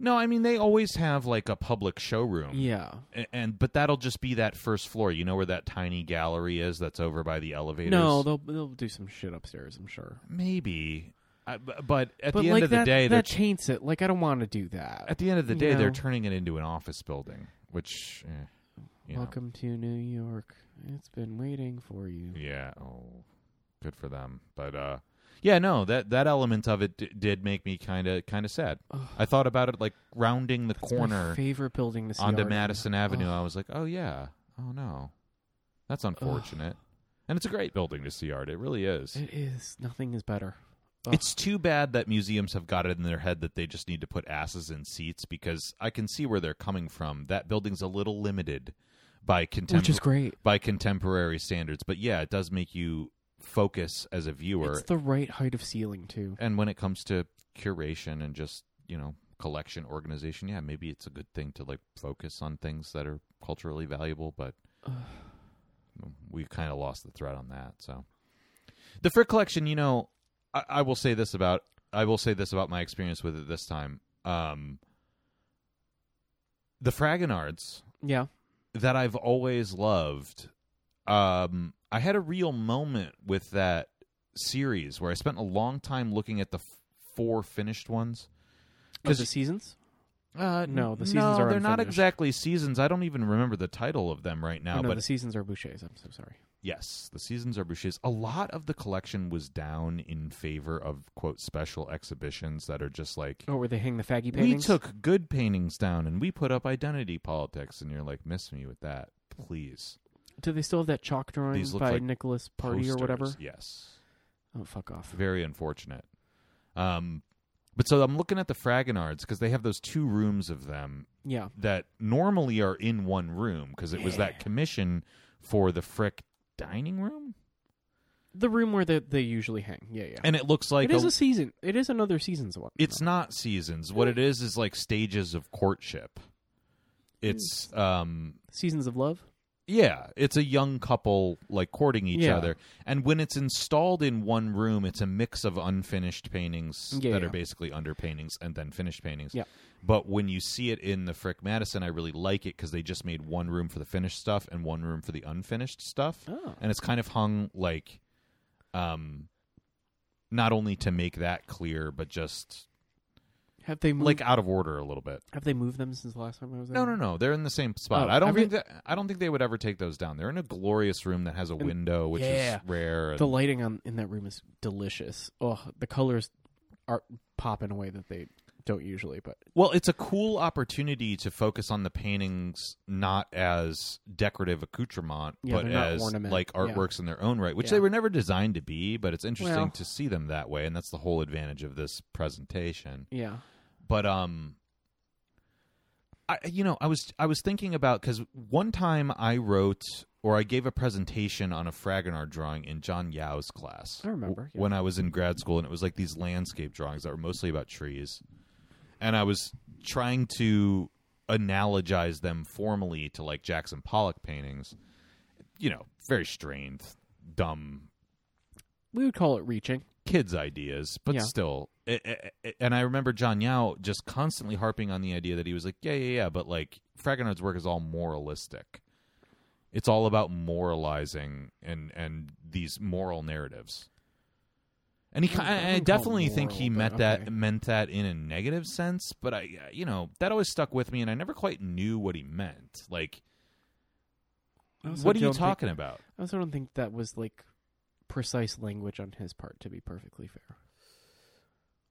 Speaker 1: No, I mean they always have like a public showroom.
Speaker 2: yeah.
Speaker 1: A- And but that'll just be that first floor. You know where that tiny gallery is that's over by the elevators.
Speaker 2: No, they'll they'll do some shit upstairs. I'm sure.
Speaker 1: maybe. I, b- but at
Speaker 2: but
Speaker 1: the end
Speaker 2: like
Speaker 1: of
Speaker 2: that,
Speaker 1: the day,
Speaker 2: that
Speaker 1: they're
Speaker 2: taints it. Like I don't want to do that.
Speaker 1: at the end of the
Speaker 2: you
Speaker 1: day
Speaker 2: know.
Speaker 1: they're turning it into an office building, which eh, you know.
Speaker 2: Welcome to New York. It's been waiting for you.
Speaker 1: Yeah. Oh, good for them. But uh, yeah, no that that element of it d- did make me kind of kind of sad.
Speaker 2: Ugh.
Speaker 1: I thought about it like rounding the
Speaker 2: That's my
Speaker 1: corner
Speaker 2: favorite building to see
Speaker 1: onto
Speaker 2: art in.
Speaker 1: Madison Avenue,
Speaker 2: Ugh.
Speaker 1: I was like, oh yeah, oh no, that's unfortunate. And it's a great building to see art. It really is.
Speaker 2: It is nothing is better. Ugh.
Speaker 1: It's too bad that museums have got it in their head that they just need to put asses in seats because I can see where they're coming from. That building's a little limited by
Speaker 2: Which is
Speaker 1: contempor-
Speaker 2: great.
Speaker 1: by contemporary standards, but yeah, it does make you focus as a viewer.
Speaker 2: It's the right height of ceiling too.
Speaker 1: and when it comes to curation and just you know collection organization, yeah, maybe it's a good thing to like focus on things that are culturally valuable. But we kind of lost the thread on that. So the Frick collection, you know, I, I will say this about I will say this about my experience with it this time. Um, the Fragonards
Speaker 2: Yeah.
Speaker 1: that I've always loved. Um, I had a real moment with that series where I spent a long time looking at the f- four finished ones.
Speaker 2: Because the seasons.
Speaker 1: Uh,
Speaker 2: No, the seasons
Speaker 1: no,
Speaker 2: are
Speaker 1: they're not
Speaker 2: unfinished.
Speaker 1: exactly seasons. I don't even remember the title of them right now.
Speaker 2: oh, no,
Speaker 1: but
Speaker 2: the seasons are Boucher's. I'm so sorry.
Speaker 1: yes, the seasons are Boucher's. A lot of the collection was down in favor of quote special exhibitions that are just like
Speaker 2: Oh, where they hang the faggy
Speaker 1: we
Speaker 2: paintings.
Speaker 1: took good paintings down and we put up identity politics, and you're like miss me with that, please.
Speaker 2: Do they still have that chalk drawing
Speaker 1: These look
Speaker 2: by
Speaker 1: like
Speaker 2: Nicholas Party or whatever?
Speaker 1: Posters, Yes.
Speaker 2: Oh, fuck off.
Speaker 1: Very unfortunate. Um, but so I'm looking at the Fragonards because they have those two rooms of them
Speaker 2: Yeah.
Speaker 1: that normally are in one room because it was that
Speaker 2: Yeah.
Speaker 1: commission for the Frick dining room,
Speaker 2: The room where they, they usually hang. Yeah, yeah.
Speaker 1: and it looks like
Speaker 2: it is
Speaker 1: a-
Speaker 2: a season. It is another season's one.
Speaker 1: it's not seasons. What it is is like stages of courtship. It's
Speaker 2: Hmm.
Speaker 1: um
Speaker 2: seasons of love.
Speaker 1: Yeah, it's a young couple like courting each
Speaker 2: Yeah.
Speaker 1: other. And when it's installed in one room, it's a mix of unfinished paintings
Speaker 2: Yeah,
Speaker 1: that
Speaker 2: yeah.
Speaker 1: are basically under paintings and then finished paintings.
Speaker 2: Yeah.
Speaker 1: But when you see it in the Frick Madison, I really like it because they just made one room for the finished stuff and one room for the unfinished stuff.
Speaker 2: Oh.
Speaker 1: And it's kind of hung like um not only to make that clear, but just
Speaker 2: Have they moved,
Speaker 1: like out of order a little bit.
Speaker 2: Have they moved them since the last time I was there?
Speaker 1: No, no, no. They're in the same spot.
Speaker 2: Oh,
Speaker 1: I don't
Speaker 2: every-
Speaker 1: think that, I don't think they would ever take those down. They're in a glorious room that has a window, which
Speaker 2: yeah.
Speaker 1: is rare. and-
Speaker 2: The lighting on in that room is delicious. Oh, the colors are pop in a way that they don't usually. But
Speaker 1: well, it's a cool opportunity to focus on the paintings not as decorative accoutrement,
Speaker 2: Yeah,
Speaker 1: but
Speaker 2: they're not
Speaker 1: as
Speaker 2: ornament.
Speaker 1: like
Speaker 2: Yeah.
Speaker 1: artworks in their own right, which
Speaker 2: Yeah.
Speaker 1: they were never designed to be. But it's interesting
Speaker 2: Well.
Speaker 1: to see them that way, and that's the whole advantage of this presentation.
Speaker 2: yeah,
Speaker 1: but um i you know i was i was thinking about because one time i wrote or i gave a presentation on a fragonard drawing in john yao's class
Speaker 2: I remember, yeah.
Speaker 1: when i was in grad school and it was like these landscape drawings that were mostly about trees and i was trying to analogize them formally to like jackson pollock paintings you know very strained dumb
Speaker 2: we would call it reaching.
Speaker 1: kids' ideas, but
Speaker 2: Yeah.
Speaker 1: still. I- I- I- and I remember John Yao just constantly harping on the idea that he was like, yeah, yeah, yeah, but like Fragonard's work is all moralistic. It's all about moralizing and and these moral narratives. And he, ki-
Speaker 2: I wouldn't
Speaker 1: I, I
Speaker 2: call it
Speaker 1: definitely think
Speaker 2: moral,
Speaker 1: he
Speaker 2: but
Speaker 1: meant
Speaker 2: okay.
Speaker 1: that meant that in a negative sense, but I, you know, that always stuck with me, and I never quite knew what he meant. Like,
Speaker 2: I also
Speaker 1: what are you
Speaker 2: don't think-
Speaker 1: talking about?
Speaker 2: I also don't think that was like precise language on his part. To be perfectly fair,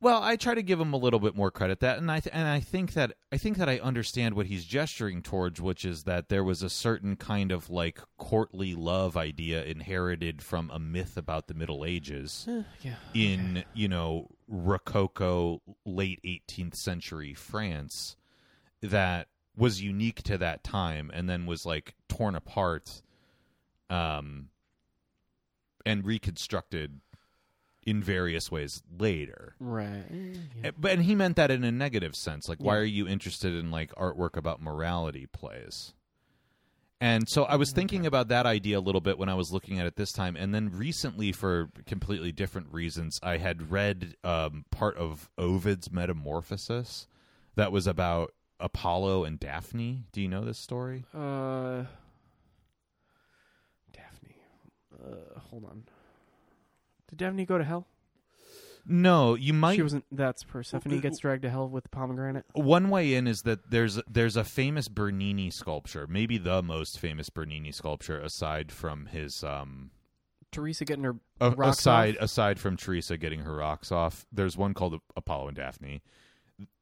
Speaker 1: Well, I try to give him a little bit more credit that, and I th- and I think that I think that I understand what he's gesturing towards, which is that there was a certain kind of like courtly love idea inherited from a myth about the Middle Ages
Speaker 2: Eh, yeah,
Speaker 1: in you know Rococo late 18th century France that was unique to that time, and then was like torn apart, um, and reconstructed in various ways later.
Speaker 2: right. Eh, yeah.
Speaker 1: Uh, But and he meant that in a negative sense. Like, why
Speaker 2: Yeah.
Speaker 1: are you interested in like artwork about morality plays? And so I
Speaker 2: Mm-hmm.
Speaker 1: was thinking about that idea a little bit when I was looking at it this time, and then recently, for completely different reasons, I had read um, part of Ovid's Metamorphosis, that was about Apollo and Daphne. Do you know this story?
Speaker 2: Uh, Daphne. Uh, hold on. Did Daphne go to hell?
Speaker 1: No, you might.
Speaker 2: she wasn't. That's Persephone gets dragged to hell with the pomegranate.
Speaker 1: one way in is that there's there's a famous Bernini sculpture, maybe the most famous Bernini sculpture aside from his um
Speaker 2: Teresa getting her
Speaker 1: a-
Speaker 2: rocks
Speaker 1: aside
Speaker 2: off.
Speaker 1: aside from Teresa getting her rocks off, there's one called Apollo and Daphne.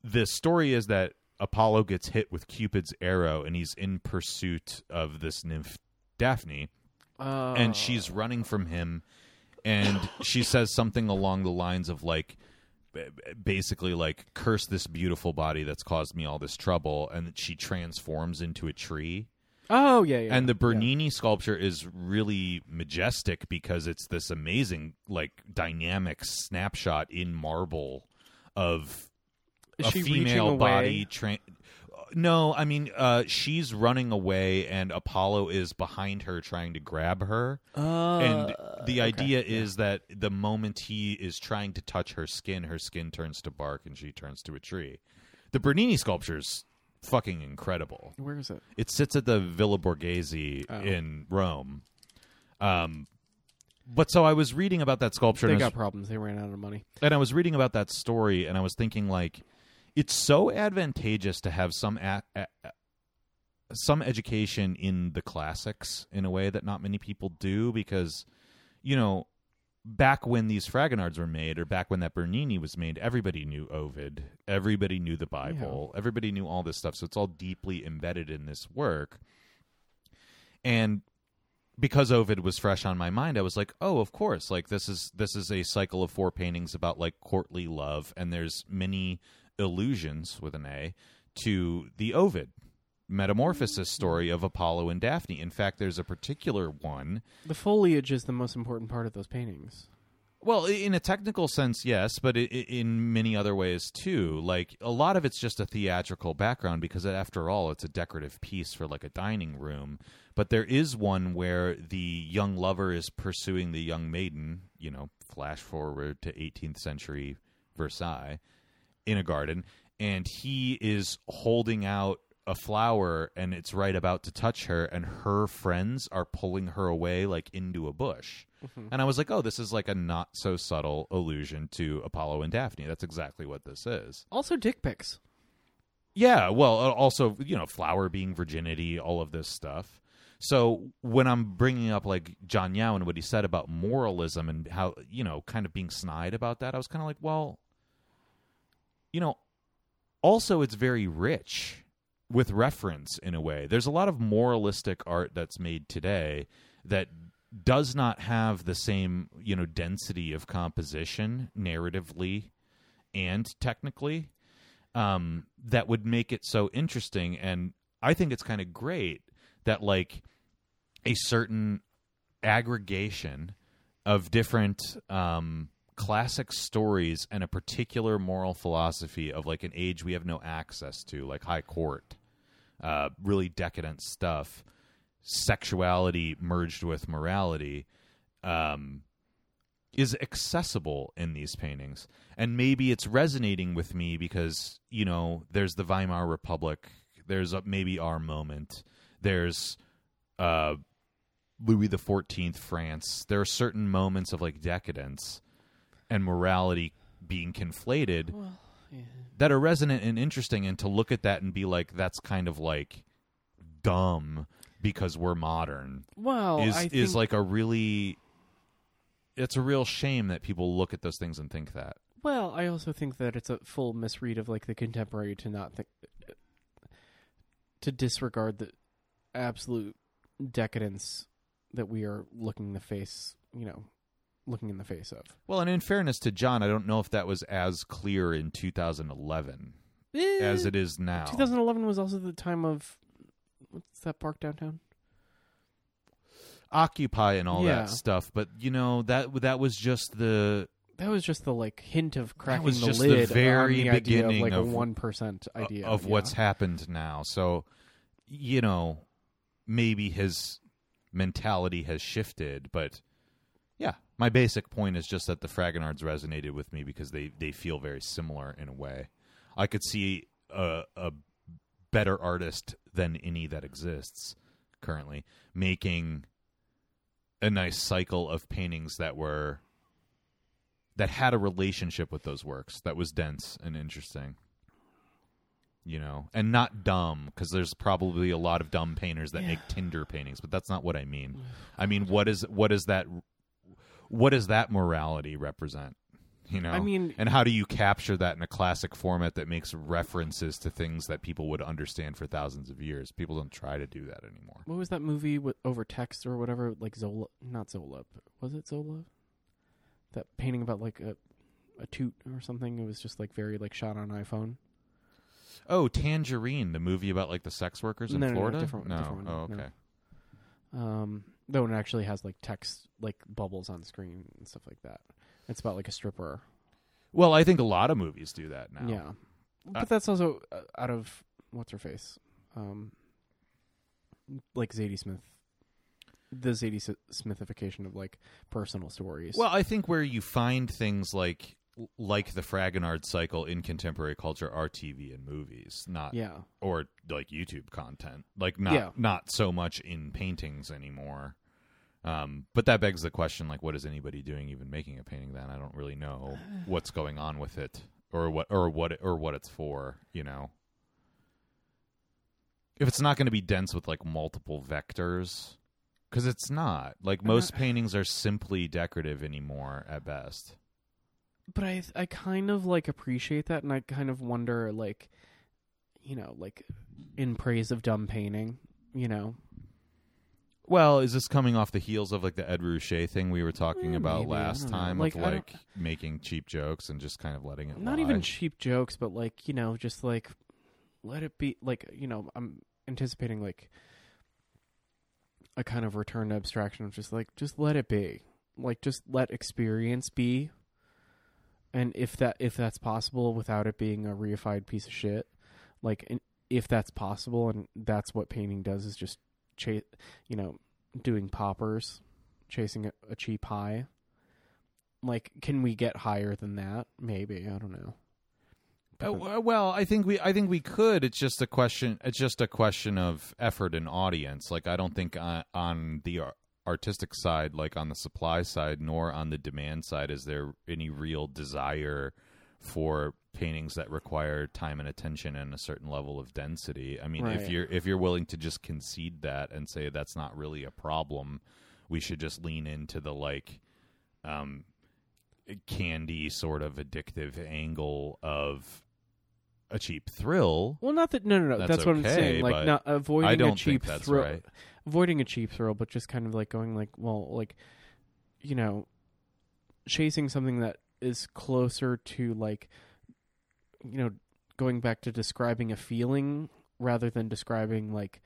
Speaker 1: The story is that Apollo gets hit with Cupid's arrow and he's in pursuit of this nymph Daphne
Speaker 2: Uh,
Speaker 1: and she's running from him and she says something along the lines of like b- basically like curse this beautiful body that's caused me all this trouble and she transforms into a tree
Speaker 2: Oh yeah, yeah.
Speaker 1: and the
Speaker 2: yeah.
Speaker 1: Bernini sculpture is really majestic because it's this amazing, like, dynamic snapshot in marble of
Speaker 2: Is
Speaker 1: a
Speaker 2: she reaching
Speaker 1: female
Speaker 2: away?
Speaker 1: body. Tra- no, I mean, uh, she's running away, and Apollo is behind her trying to grab her.
Speaker 2: Uh,
Speaker 1: and the
Speaker 2: okay.
Speaker 1: idea is that the moment he is trying to touch her skin, her skin turns to bark and she turns to a tree. The Bernini sculpture's fucking incredible.
Speaker 2: Where is it?
Speaker 1: It sits at the Villa Borghese
Speaker 2: Oh.
Speaker 1: in Rome. Um, but so I was reading about that sculpture,
Speaker 2: They
Speaker 1: and I,
Speaker 2: got
Speaker 1: was,
Speaker 2: problems. They ran out of money.
Speaker 1: and I was reading about that story, and I was thinking like, it's so advantageous to have some a- a- a- some education in the classics in a way that not many people do because, you know, back when these Fragonards were made, or back when that Bernini was made, everybody knew Ovid, everybody knew the Bible, everybody knew all this stuff. So it's all deeply embedded in this work. And because Ovid was fresh on my mind, I was like, "Oh, of course! Like this is this is a cycle of four paintings about like courtly love, and there's many illusions with an A to the Ovid." Metamorphosis story of Apollo and Daphne. In fact, there's a particular one
Speaker 2: The foliage is the most important part of those paintings.
Speaker 1: well, i- in a technical sense, yes, but i- i- in many other ways too. Like a lot of it's just a theatrical background because, after all, it's a decorative piece for like a dining room. But there is one where the young lover is pursuing the young maiden. You know, flash forward to 18th century Versailles in a garden, and he is holding out a flower, and it's right about to touch her, and her friends are pulling her away like into a bush. And I was like, oh, this is like a not so subtle allusion to Apollo and Daphne. That's exactly what this is.
Speaker 2: Also, dick pics.
Speaker 1: Yeah, well, uh, also, you know, flower being virginity, all of this stuff. So when I'm bringing up like John Yao and what he said about moralism and how, you know, kind of being snide about that, I was kind of like, well, you know, also it's very rich with reference in a way. There's a lot of moralistic art that's made today that does not have the same, you know, density of composition narratively and technically um, that would make it so interesting. And I think it's kind of great that like a certain aggregation of different um, classic stories and a particular moral philosophy of like an age we have no access to, like high court, uh, really decadent stuff, sexuality merged with morality. Um, is accessible in these paintings. And maybe it's resonating with me because, you know, there's the Weimar Republic, there's a, maybe our moment, there's uh, Louis the Fourteenth France. There are certain moments of like decadence and morality being conflated
Speaker 2: Well, yeah.
Speaker 1: that are resonant and interesting and to look at that and be like, that's kind of like dumb because we're modern
Speaker 2: Well,
Speaker 1: is
Speaker 2: Oh, I think,
Speaker 1: is like a really it's a real shame that people look at those things and think that
Speaker 2: Well, I also think that it's a full misread of like the contemporary to not think to disregard the absolute decadence that we are looking the face, you know, looking in the face of.
Speaker 1: well and in fairness to john i don't know if that was as clear in 2011 as it is now
Speaker 2: 2011 Eh, was also the time of what's that park downtown?
Speaker 1: occupy and all
Speaker 2: Yeah.
Speaker 1: that stuff but you know that that was just the
Speaker 2: That was just the like hint of cracking
Speaker 1: was
Speaker 2: the
Speaker 1: just the
Speaker 2: lid
Speaker 1: very
Speaker 2: on the idea of
Speaker 1: beginning
Speaker 2: like
Speaker 1: of-
Speaker 2: a one percent idea
Speaker 1: of
Speaker 2: yeah.
Speaker 1: what's happened now so you know maybe his mentality has shifted but yeah my basic point is just that the fragonards resonated with me because they they feel very similar in a way i could see a, a better artist than any that exists currently making a nice cycle of paintings that were that had a relationship with those works that was dense and interesting you know and not dumb because there's probably a lot of dumb painters that
Speaker 2: Yeah.
Speaker 1: make tinder paintings but that's not what i mean i mean what is what is that what does that morality represent you know
Speaker 2: I mean-
Speaker 1: and how do you capture that in a classic format that makes references to things that people would understand for thousands of years people don't try to do that anymore
Speaker 2: What was that movie with over text or whatever? Like Zola, not Zola, but was it Zola? That painting about like a a toot or something. It was just like very like shot on iPhone.
Speaker 1: Oh, Tangerine, the movie about like the sex workers in
Speaker 2: No, no, no,
Speaker 1: Florida.
Speaker 2: different- different one,
Speaker 1: oh,
Speaker 2: no.
Speaker 1: okay.
Speaker 2: Um, though it actually has like text, like bubbles on screen and stuff like that. It's about like a stripper.
Speaker 1: Well, I think a lot of movies do that now.
Speaker 2: Yeah, but that's also uh, out of what's her face, um, like Zadie Smith, the Zadie S- Smithification of like personal stories.
Speaker 1: Well, I think where you find things like like the Fragonard cycle in contemporary culture are TV and movies, not
Speaker 2: yeah,
Speaker 1: or like YouTube content, like not
Speaker 2: Yeah.
Speaker 1: not so much in paintings anymore. Um, but that begs the question: like, what is anybody doing, even making a painting? Then I don't really know what's going on with it, or what, or what, it- or what it's for. You know, if it's not going to be dense with like multiple vectors, because it's not. Like most paintings are simply decorative anymore at best.
Speaker 2: but I I kind of like appreciate that, and I kind of wonder like, you know, like in praise of dumb painting, you know,
Speaker 1: Well, is this coming off the heels of like the Ed Ruscha thing we were talking
Speaker 2: Eh,
Speaker 1: about
Speaker 2: maybe, I
Speaker 1: last
Speaker 2: don't know.
Speaker 1: time
Speaker 2: Like,
Speaker 1: of
Speaker 2: I don't-
Speaker 1: like making cheap jokes and just kind of letting it
Speaker 2: not
Speaker 1: lie?
Speaker 2: even cheap jokes, but like you know, just like let it be. Like you know, I'm anticipating like a kind of return to abstraction of just like just let it be, like just let experience be, and if that if that's possible without it being a reified piece of shit, like and if that's possible, and that's what painting does is just chase, you know, doing poppers, chasing a, a cheap high. Like, can we get higher than that? Maybe I don't know.
Speaker 1: Uh, w- well, I think we I think we could. It's just a question. It's just a question of effort and audience. Like I don't think uh, on the ar- artistic side, like on the supply side, nor on the demand side, is there any real desire for paintings that require time and attention and a certain level of density. I mean,
Speaker 2: Right.
Speaker 1: if you're if you're willing to just concede that and say that's not really a problem, we should just lean into the like um candy sort of addictive angle of a cheap thrill.
Speaker 2: Well, not that. No, no, no. That's,
Speaker 1: That's
Speaker 2: what I'm
Speaker 1: okay,
Speaker 2: saying. Like,
Speaker 1: but
Speaker 2: not avoiding
Speaker 1: I don't
Speaker 2: a cheap
Speaker 1: think that's
Speaker 2: thrill,
Speaker 1: right.
Speaker 2: avoiding a cheap thrill, but just kind of like going like, well, like, you know, chasing something that is closer to like, you know, going back to describing a feeling rather than describing like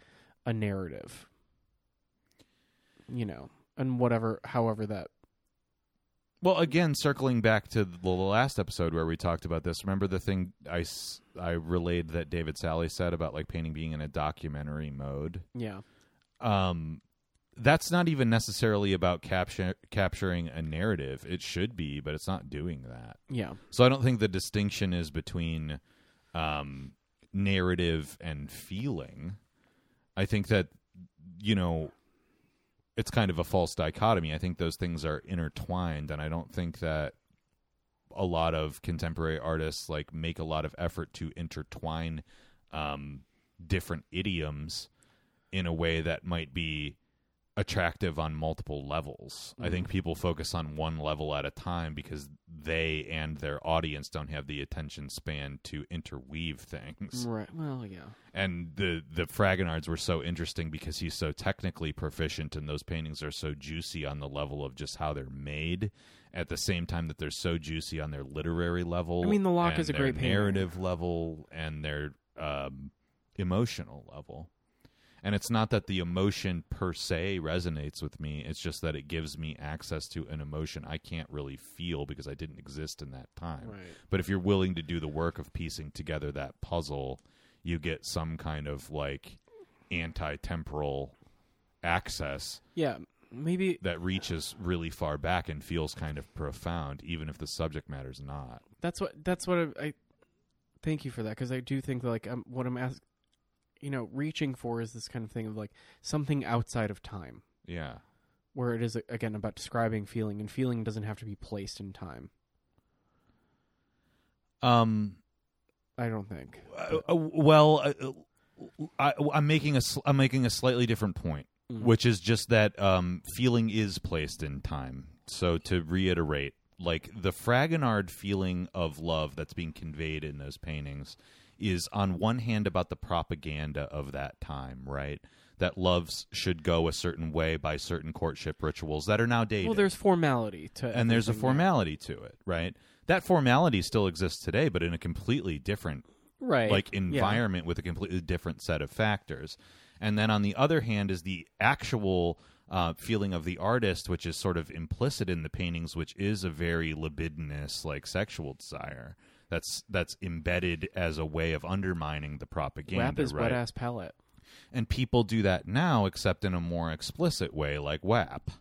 Speaker 2: a narrative. You know, and whatever, however that.
Speaker 1: Well, again, circling back to the last episode where we talked about this, remember the thing I, s- I relayed that David Sally said about like painting being in a documentary mode?
Speaker 2: Yeah.
Speaker 1: um that's not even necessarily about capture, capturing a narrative it should be but it's not doing that
Speaker 2: Yeah.
Speaker 1: so i don't think the distinction is between um narrative and feeling i think that you know it's kind of a false dichotomy i think those things are intertwined and i don't think that a lot of contemporary artists like make a lot of effort to intertwine um, different idioms in a way that might be attractive on multiple levels. I think people focus on one level at a time because they and their audience don't have the attention span to interweave things
Speaker 2: Right. Well, yeah.
Speaker 1: and the the Fragonards were so interesting because he's so technically proficient, and those paintings are so juicy on the level of just how they're made. At the same time that they're so juicy on their literary level,
Speaker 2: I mean, The Lock
Speaker 1: and
Speaker 2: is a
Speaker 1: their
Speaker 2: great painting.
Speaker 1: narrative level and their um, emotional level. And it's not that the emotion per se resonates with me; it's just that it gives me access to an emotion I can't really feel because I didn't exist in that time.
Speaker 2: Right.
Speaker 1: But if you're willing to do the work of piecing together that puzzle, you get some kind of like anti temporal access
Speaker 2: Yeah. Maybe
Speaker 1: that reaches really far back and feels kind of profound, even if the subject matter's not.
Speaker 2: that's what that's what I, I thank you for that because I do think like um, what I'm ask, you know, reaching for is this kind of thing of like something outside of time,
Speaker 1: Yeah.
Speaker 2: where it is again about describing feeling, and feeling doesn't have to be placed in time.
Speaker 1: Um.
Speaker 2: I don't think.
Speaker 1: Uh, uh, well, uh, I, I'm making a sl- I'm making a slightly different point,
Speaker 2: Mhm.
Speaker 1: which is just that um, feeling is placed in time. So to reiterate, like the Fragonard feeling of love that's being conveyed in those paintings is on one hand about the propaganda of that time, right? That loves should go a certain way by certain courtship rituals that are now dated
Speaker 2: Well, there's formality to,
Speaker 1: and there's a
Speaker 2: everything now.
Speaker 1: formality to it, right? That formality still exists today, but in a completely different
Speaker 2: right
Speaker 1: like
Speaker 2: Yeah.
Speaker 1: environment with a completely different set of factors. And then on the other hand is the actual uh, feeling of the artist, which is sort of implicit in the paintings, which is a very libidinous, like sexual desire. That's that's embedded as a way of undermining the propaganda.
Speaker 2: rap is
Speaker 1: right?
Speaker 2: wet ass palette
Speaker 1: and people do that now except in a more explicit way like WAP.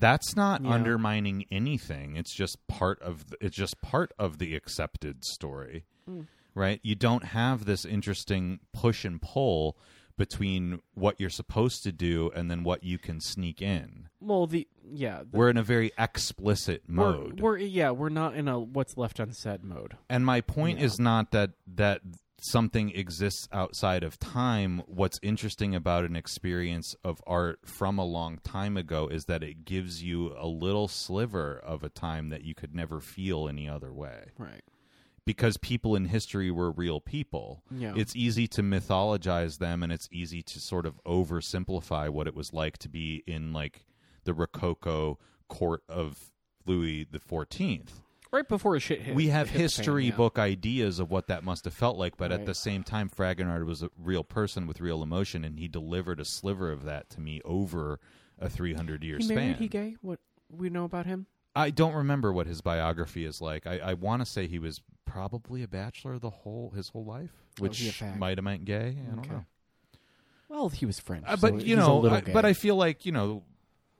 Speaker 1: That's not
Speaker 2: Yeah.
Speaker 1: undermining anything. It's just part of the, it's just part of the accepted story.
Speaker 2: Mm.
Speaker 1: Right? You don't have this interesting push and pull between what you're supposed to do and then what you can sneak in.
Speaker 2: well the yeah the-
Speaker 1: We're in a very explicit mode.
Speaker 2: We're, we're yeah we're not in a what's left unsaid mode
Speaker 1: And my point is not that that something exists outside of time. What's interesting about an experience of art from a long time ago is that it gives you a little sliver of a time that you could never feel any other way.
Speaker 2: right
Speaker 1: Because people in history were real people.
Speaker 2: Yeah.
Speaker 1: It's easy to mythologize them and it's easy to sort of oversimplify what it was like to be in like the Rococo court of Louis the Fourteenth
Speaker 2: right before his shit hit
Speaker 1: we have
Speaker 2: hit the fan,
Speaker 1: history
Speaker 2: yeah.
Speaker 1: book ideas of what that must have felt like, but at
Speaker 2: Right.
Speaker 1: the same time, Fragonard was a real person with real emotion, and he delivered a sliver of that to me over a 300 year
Speaker 2: he
Speaker 1: span.
Speaker 2: married he gay what we know about him
Speaker 1: I don't remember what his biography is like. I, I want to say he was probably a bachelor the whole his whole life,
Speaker 2: Oh, he a
Speaker 1: which
Speaker 2: fag.
Speaker 1: might have meant gay. I don't
Speaker 2: Okay.
Speaker 1: know,
Speaker 2: well he was french
Speaker 1: Uh,
Speaker 2: so
Speaker 1: but you
Speaker 2: he's a
Speaker 1: know,
Speaker 2: little
Speaker 1: I-
Speaker 2: gay.
Speaker 1: but I feel like you know.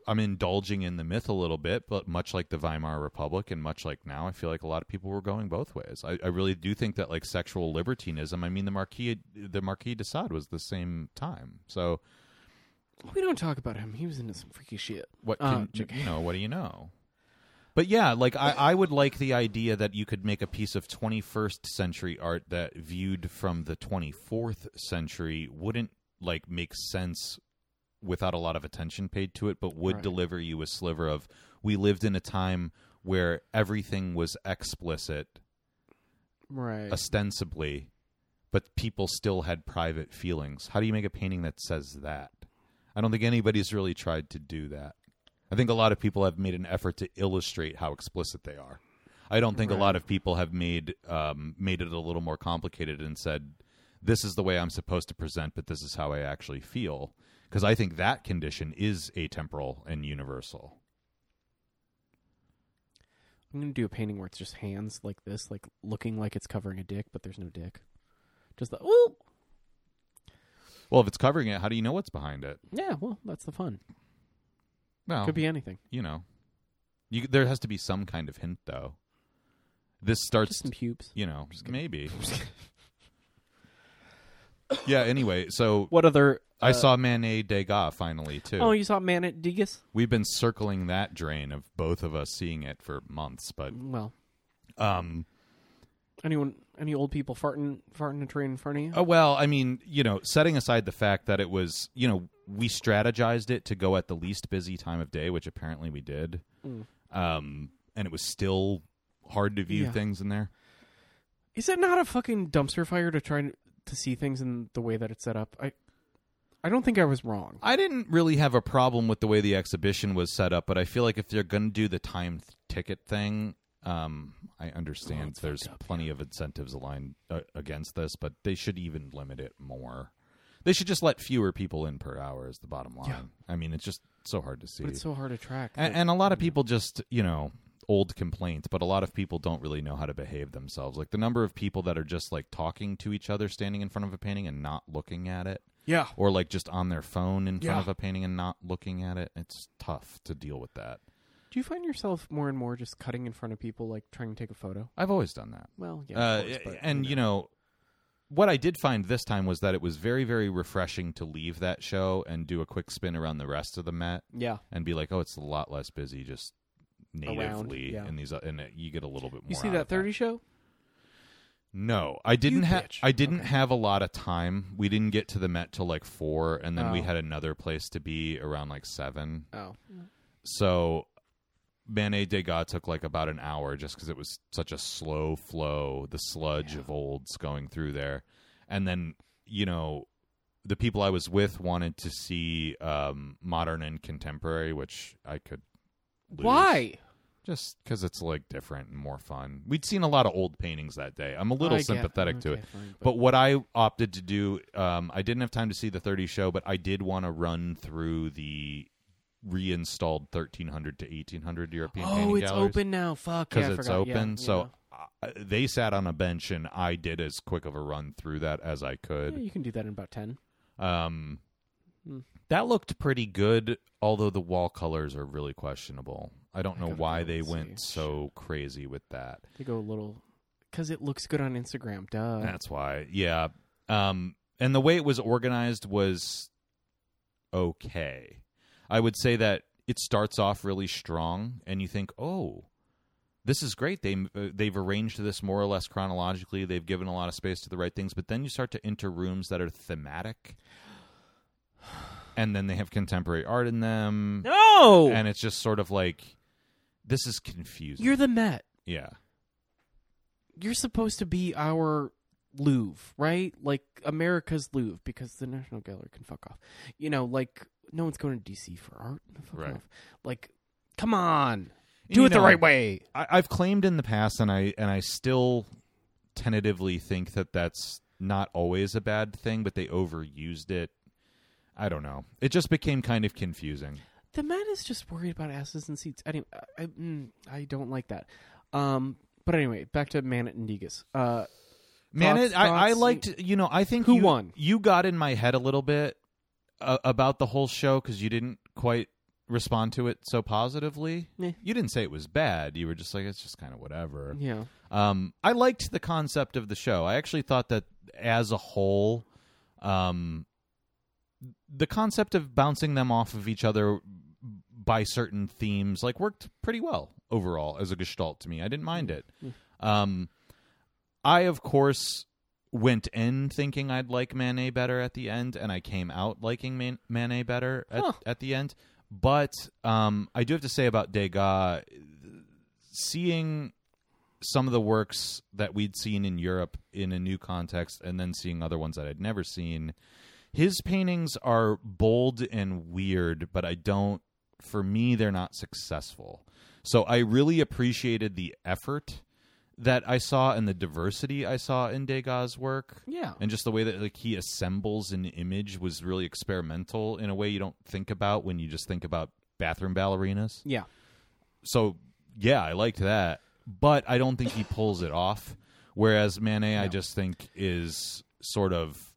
Speaker 1: I'm indulging in the myth a little bit, but much like the Weimar Republic and much like now, I feel like a lot of people were going both ways. I, I really do think that like sexual libertinism. I mean, the Marquis the Marquis de Sade was the same time. So
Speaker 2: we don't talk about him he was into some freaky shit
Speaker 1: what
Speaker 2: Uh,
Speaker 1: can you know? What do you know? But yeah, like I, I would like the idea that you could make a piece of 21st century art that viewed from the 24th century wouldn't like make sense without a lot of attention paid to it, but would
Speaker 2: Right.
Speaker 1: deliver you a sliver of we lived in a time where everything was explicit
Speaker 2: right
Speaker 1: ostensibly, but people still had private feelings. How do you make a painting that says that? I don't think anybody's really tried to do that. I think a lot of people have made an effort to illustrate how explicit they are. I don't think a lot of people have made um, made it a little more complicated and said, "This is the way I'm supposed to present, but this is how I actually feel." Because I think that condition is atemporal and universal.
Speaker 2: I'm gonna do a painting where it's just hands like this, like looking like it's covering a dick, but there's no dick. Just the ooh,
Speaker 1: Well, if it's covering it, how do you know what's behind it?
Speaker 2: yeah. Well, that's the fun.
Speaker 1: Well,
Speaker 2: Could be anything.
Speaker 1: you know, you, there has to be some kind of hint, though. This starts,
Speaker 2: Just some pubes.
Speaker 1: you know, maybe. yeah. Anyway, so
Speaker 2: What other? uh,
Speaker 1: I saw Manet Degas finally too.
Speaker 2: Oh, you saw Man at Degas?
Speaker 1: We've been circling that drain of both of us seeing it for months, but
Speaker 2: Well,
Speaker 1: um,
Speaker 2: anyone, any old people farting, farting a tree in front of you?
Speaker 1: Oh, well, I mean, you know, setting aside the fact that it was, you know, we strategized it to go at the least busy time of day, which apparently we did.
Speaker 2: Mm.
Speaker 1: Um, and it was still hard to view
Speaker 2: Yeah.
Speaker 1: things in there.
Speaker 2: Is it not a fucking dumpster fire to try to see things in the way that it's set up? I, I don't think I was wrong.
Speaker 1: I didn't really have a problem with the way the exhibition was set up, but I feel like if they're going to do the time th- ticket thing, um, I understand there's plenty of incentives aligned uh, against this, but they should even limit it more. They should just let fewer people in per hour is the bottom line. I mean, it's just so hard to see.
Speaker 2: But it's so hard to track.
Speaker 1: and, and a lot of people just you know old complaints but a lot of people don't really know how to behave themselves like the number of people that are just like talking to each other standing in front of a painting and not looking at it
Speaker 2: yeah,
Speaker 1: or like just on their phone in front
Speaker 2: Yeah.
Speaker 1: of a painting and not looking at it it's tough to deal with that
Speaker 2: do you find yourself more and more just cutting in front of people, like trying to take a photo?
Speaker 1: i've always done that
Speaker 2: Well, yeah,
Speaker 1: uh,
Speaker 2: of course, but,
Speaker 1: and you know what i did find this time was that it was very very refreshing to leave that show and do a quick spin around the rest of the met
Speaker 2: yeah.
Speaker 1: and be like, oh, it's a lot less busy just
Speaker 2: Around,
Speaker 1: natively
Speaker 2: yeah.
Speaker 1: in these, and it- you get a little bit more.
Speaker 2: You see
Speaker 1: out
Speaker 2: that
Speaker 1: of
Speaker 2: thirty show?
Speaker 1: No, I didn't have.
Speaker 2: bitch.
Speaker 1: I didn't
Speaker 2: Okay.
Speaker 1: have a lot of time. We didn't get to the Met till like four, and then we
Speaker 2: Oh.
Speaker 1: had another place to be around like seven.
Speaker 2: Oh,
Speaker 1: So. Manet Degas took like about an hour just because it was such a slow flow, the sludge of olds going through there. And then, you know, the people I was with wanted to see um, modern and contemporary, which I could lose.
Speaker 2: why?
Speaker 1: just because it's like different and more fun. We'd seen a lot of old paintings that day. I'm a little
Speaker 2: I get-
Speaker 1: sympathetic to
Speaker 2: okay,
Speaker 1: it.
Speaker 2: fine,
Speaker 1: But what I opted to do, um, I didn't have time to see the 30 show, but I did want to run through the reinstalled 1300 to 1800 European painting
Speaker 2: oh, it's
Speaker 1: galleries
Speaker 2: open now. Fuck,
Speaker 1: because
Speaker 2: yeah, I
Speaker 1: it's
Speaker 2: forgot. Yeah,
Speaker 1: open.
Speaker 2: yeah.
Speaker 1: so I, they sat on a bench, and I did as quick of a run through that as I
Speaker 2: Yeah,
Speaker 1: could.
Speaker 2: you can do that in about ten.
Speaker 1: Um,
Speaker 2: Hmm.
Speaker 1: That looked pretty good, although the wall colors are really questionable. I don't
Speaker 2: I
Speaker 1: know
Speaker 2: gotta
Speaker 1: why
Speaker 2: go
Speaker 1: they
Speaker 2: and see.
Speaker 1: went so crazy with that.
Speaker 2: They go a little because it looks good on Instagram. Duh.
Speaker 1: That's why. Yeah. Um and the way it was organized was okay. I would say that it starts off really strong and you think, "Oh, this is great. They uh, they've arranged this more or less chronologically. They've given a lot of space to the right things, but then you start to enter rooms that are thematic. And then they have contemporary art in them.
Speaker 2: no.
Speaker 1: And it's just sort of like this is confusing.
Speaker 2: You're the Met.
Speaker 1: yeah.
Speaker 2: You're supposed to be our Louvre, right? Like America's Louvre, because the National Gallery can fuck off. You know, like no one's going to DC for art. Fuck
Speaker 1: Right.
Speaker 2: off. Like, come on,
Speaker 1: And
Speaker 2: do
Speaker 1: you
Speaker 2: it the
Speaker 1: know,
Speaker 2: right way.
Speaker 1: I, I've claimed in the past, and I and I still tentatively think that that's not always a bad thing, but they overused it. I don't know. It just became kind of confusing.
Speaker 2: The Met is just worried about asses and seats. Anyway, I, I, mm, I don't like that. Um, but anyway, back to Manet and Degas. Uh,
Speaker 1: Man,
Speaker 2: Thoughts-
Speaker 1: it, I, I
Speaker 2: thoughts?
Speaker 1: liked. You know, I think
Speaker 2: Who
Speaker 1: you,
Speaker 2: won?
Speaker 1: You got in my head a little bit uh, about the whole show because you didn't quite respond to it so positively.
Speaker 2: Eh.
Speaker 1: You didn't say it was bad. You were just like, it's just kind of whatever.
Speaker 2: yeah,
Speaker 1: Um, I liked the concept of the show. I actually thought that as a whole, um, the concept of bouncing them off of each other by certain themes like worked pretty well overall as a gestalt to me. I didn't mind it. Um, I of course went in thinking I'd like Manet better at the end, and I came out liking Man- Manet better at,
Speaker 2: Huh.
Speaker 1: at the end. But um, I do have to say about Degas, seeing some of the works that we'd seen in Europe in a new context and then seeing other ones that I'd never seen. His paintings are bold and weird, but I don't for me they're not successful. So I really appreciated the effort that I saw and the diversity I saw in Degas' work
Speaker 2: yeah.
Speaker 1: and just the way that like he assembles an image was really experimental in a way you don't think about when you just think about bathroom ballerinas
Speaker 2: Yeah.
Speaker 1: so yeah, I liked that, but I don't think he pulls it off. Whereas Manet, I
Speaker 2: No.
Speaker 1: just think is sort of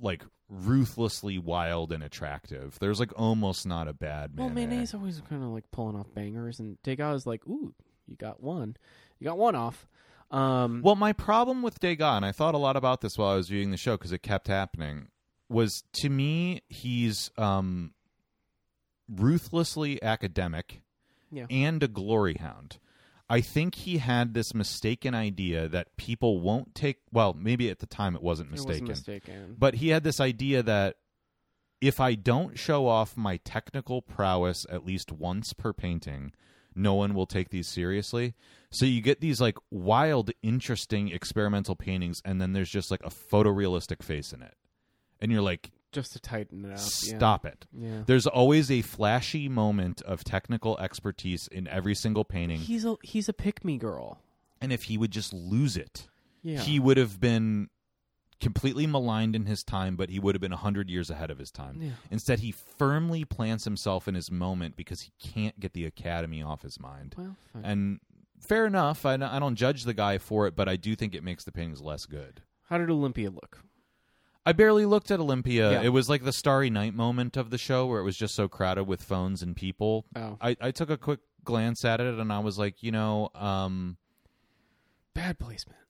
Speaker 1: like ruthlessly wild and attractive. There's like almost not a bad
Speaker 2: Well,
Speaker 1: Manet.
Speaker 2: Manet's always kind of like pulling off bangers, and Degas is like, ooh, you got one, you got one off. Um,
Speaker 1: Well, my problem with Degas, and I thought a lot about this while I was viewing the show because it kept happening, was to me he's um, ruthlessly academic
Speaker 2: Yeah.
Speaker 1: and a glory hound. I think he had this mistaken idea that people won't take. Well, maybe at the time it wasn't
Speaker 2: It
Speaker 1: mistaken,
Speaker 2: was mistaken.
Speaker 1: but he had this idea that if I don't show off my technical prowess at least once per painting, no one will take these seriously. So you get these like wild, interesting experimental paintings, and then there's just like a photorealistic face in it, and you're like,
Speaker 2: just to tighten it up.
Speaker 1: stop it.
Speaker 2: Yeah. yeah.
Speaker 1: There's always a flashy moment of technical expertise in every single painting.
Speaker 2: He's a he's a pick me girl.
Speaker 1: and if he would just lose it,
Speaker 2: Yeah.
Speaker 1: he would have been completely maligned in his time, but he would have been 100 years ahead of his time.
Speaker 2: Yeah.
Speaker 1: Instead, he firmly plants himself in his moment because he can't get the academy off his mind.
Speaker 2: well, fine.
Speaker 1: And fair enough, I, I don't judge the guy for it, but I do think it makes the paintings less good.
Speaker 2: how did Olympia look?
Speaker 1: I barely looked at Olympia.
Speaker 2: Yeah.
Speaker 1: It was like the Starry Night moment of the show where it was just so crowded with phones and people.
Speaker 2: Oh,
Speaker 1: I, I took a quick glance at it and I was like, you know, um,
Speaker 2: bad placement.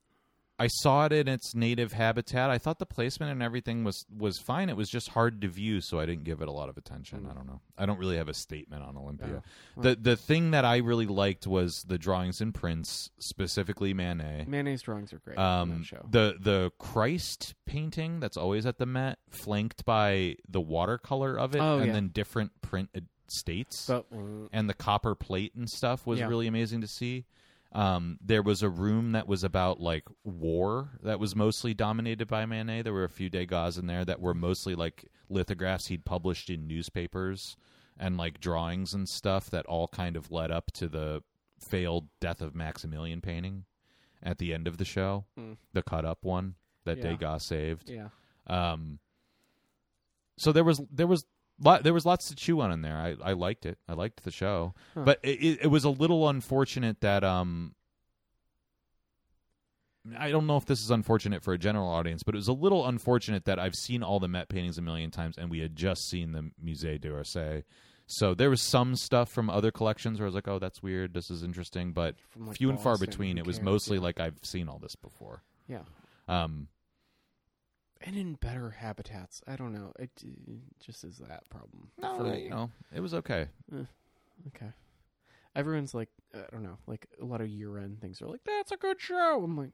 Speaker 1: I saw it in its native habitat. I thought the placement and everything was was fine. It was just hard to view, so I didn't give it a lot of attention.
Speaker 2: Hmm.
Speaker 1: I don't know. I don't really have a statement on Olympia. The the thing that I really liked was the drawings and prints, specifically Manet.
Speaker 2: Manet's drawings are great. in
Speaker 1: Um,
Speaker 2: that show.
Speaker 1: the the Christ painting that's always at the Met, flanked by the watercolor of it,
Speaker 2: Oh,
Speaker 1: and
Speaker 2: yeah.
Speaker 1: then different print uh, states
Speaker 2: So,
Speaker 1: and the copper plate and stuff was
Speaker 2: Yeah.
Speaker 1: really amazing to see. Um, there was a room that was about like war that was mostly dominated by Manet. There were a few Degas in there that were mostly like lithographs he'd published in newspapers and like drawings and stuff that all kind of led up to the failed death of Maximilian painting at the end of the show,
Speaker 2: Mm.
Speaker 1: the cut up one that
Speaker 2: Yeah.
Speaker 1: Degas saved.
Speaker 2: Yeah.
Speaker 1: Um, so there was there was lot, there was lots to chew on in there. I, I liked it. I liked the show,
Speaker 2: Huh.
Speaker 1: but it, it, it was a little unfortunate that um. I don't know if this is unfortunate for a general audience, but it was a little unfortunate that I've seen all the Met paintings a million times, and we had just seen the Musée d'Orsay. So there was some stuff from other collections where I was like, "Oh, that's weird. This is interesting," but
Speaker 2: From, like,
Speaker 1: few and far
Speaker 2: Boston,
Speaker 1: between.
Speaker 2: who
Speaker 1: It was
Speaker 2: cares?
Speaker 1: mostly
Speaker 2: Yeah.
Speaker 1: like I've seen all this before.
Speaker 2: yeah.
Speaker 1: Um,
Speaker 2: and in better habitats. I don't know. It, uh, just is that problem.
Speaker 1: no,
Speaker 2: for
Speaker 1: uh,
Speaker 2: me.
Speaker 1: you know, it was okay.
Speaker 2: Okay. Everyone's like, I don't know, like a lot of year-end things are like, that's a good show. I'm like,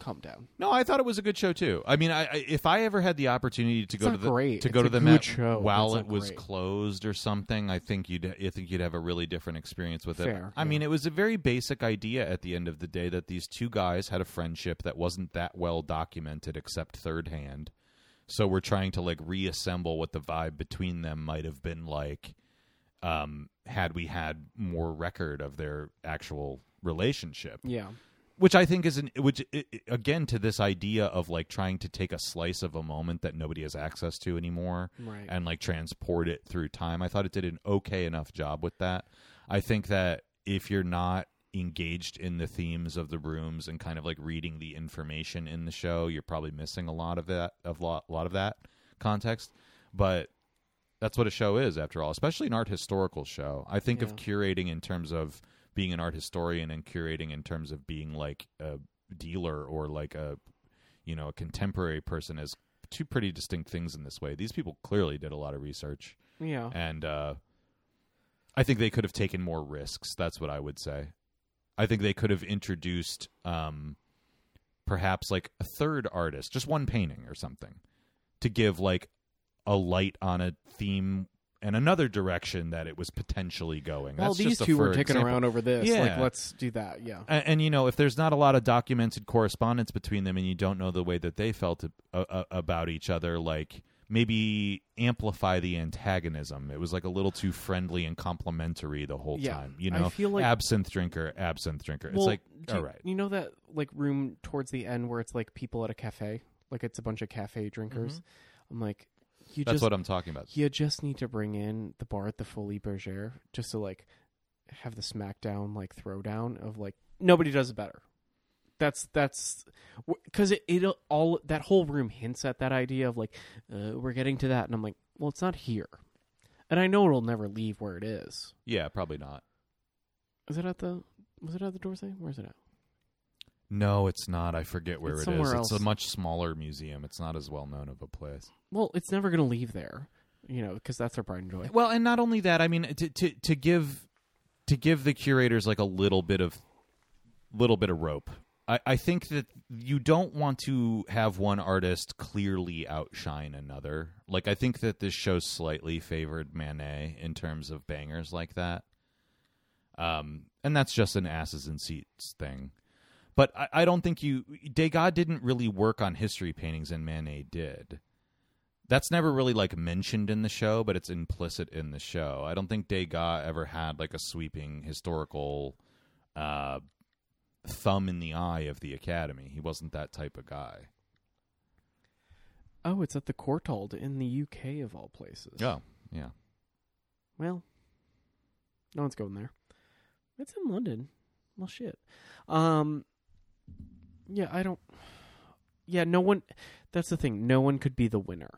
Speaker 2: calm down.
Speaker 1: No, I thought it was a good show too. I mean, I, I if I ever had the opportunity to
Speaker 2: It's
Speaker 1: go to
Speaker 2: not
Speaker 1: the
Speaker 2: great.
Speaker 1: to go
Speaker 2: It's
Speaker 1: to
Speaker 2: a
Speaker 1: the
Speaker 2: good
Speaker 1: Met
Speaker 2: show, but
Speaker 1: while
Speaker 2: it's
Speaker 1: it
Speaker 2: not
Speaker 1: was
Speaker 2: great.
Speaker 1: closed or something, I think you'd I think you'd have a really different experience with it.
Speaker 2: Fair,
Speaker 1: I
Speaker 2: yeah.
Speaker 1: mean, it was a very basic idea at the end of the day that these two guys had a friendship that wasn't that well documented except third hand. So we're trying to like reassemble what the vibe between them might have been like um had we had more record of their actual relationship
Speaker 2: Yeah.
Speaker 1: which I think is an which i i- again to this idea of like trying to take a slice of a moment that nobody has access to anymore
Speaker 2: Right.
Speaker 1: and like transport it through time. I thought it did an okay enough job with that. I think that if you're not engaged in the themes of the rooms and kind of like reading the information in the show, you're probably missing a lot of that of lot, a lot of that context. But that's what a show is after all, especially an art historical show. I think of
Speaker 2: Yeah.
Speaker 1: curating in terms of being an art historian and curating in terms of being like a dealer or like a you know, a contemporary person as two pretty distinct things in this way. These people clearly did a lot of research,
Speaker 2: yeah.
Speaker 1: and uh, I think they could have taken more risks. That's what I would say. I think they could have introduced um, perhaps like a third artist, just one painting or something, to give like a light on a theme and another direction that it was potentially going.
Speaker 2: Well,
Speaker 1: That's
Speaker 2: these
Speaker 1: just a
Speaker 2: two were
Speaker 1: for
Speaker 2: kicking
Speaker 1: example.
Speaker 2: around over this. Like,
Speaker 1: Yeah.
Speaker 2: let's do that. Yeah.
Speaker 1: And, and you know, if there's not a lot of documented correspondence between them, and you don't know the way that they felt a- a- about each other, like maybe amplify the antagonism. It was like a little too friendly and complimentary the whole
Speaker 2: Yeah.
Speaker 1: time. You
Speaker 2: I
Speaker 1: know,
Speaker 2: feel like-
Speaker 1: absinthe drinker, absinthe drinker.
Speaker 2: Well,
Speaker 1: it's like
Speaker 2: do
Speaker 1: all
Speaker 2: you-
Speaker 1: right,
Speaker 2: You know that like room towards the end where it's like people at a cafe, like it's a bunch of cafe drinkers. I'm like, you
Speaker 1: Mm-hmm. that's
Speaker 2: just
Speaker 1: what I'm talking about.
Speaker 2: you just need to bring in the bar at the Folie Bergère just to like have the smackdown like throwdown of like nobody does it better. That's that's because it it all that whole room hints at that idea of like uh, we're getting to that, and I'm like, well, it's not here, and I know it'll never leave where it is.
Speaker 1: Yeah, probably not.
Speaker 2: Is it at the was it at the Dorsey? Where's it at?
Speaker 1: No, it's not. I forget where it
Speaker 2: It's
Speaker 1: is.
Speaker 2: somewhere
Speaker 1: It's
Speaker 2: else.
Speaker 1: a much smaller museum. It's not as well known of a place.
Speaker 2: Well, it's never gonna leave there, you know, because that's their pride and joy.
Speaker 1: Well, and not only that, I mean, to to to give to give the curators like a little bit of little bit of rope. I, I think that you don't want to have one artist clearly outshine another. Like I think that this show slightly favored Manet in terms of bangers like that. Um, and that's just an asses and seats thing. But I, I don't think you Degas didn't really work on history paintings, and Manet did. That's never really like mentioned in the show, but it's implicit in the show. I don't think Degas ever had like a sweeping historical uh, thumb in the eye of the Academy. He wasn't that type of guy.
Speaker 2: Oh, it's at the Courtauld in the UK of all places.
Speaker 1: Yeah, yeah.
Speaker 2: Well, no one's going there. It's in London. Well, shit. Um, yeah, I don't. Yeah, no one. That's the thing. No one could be the winner,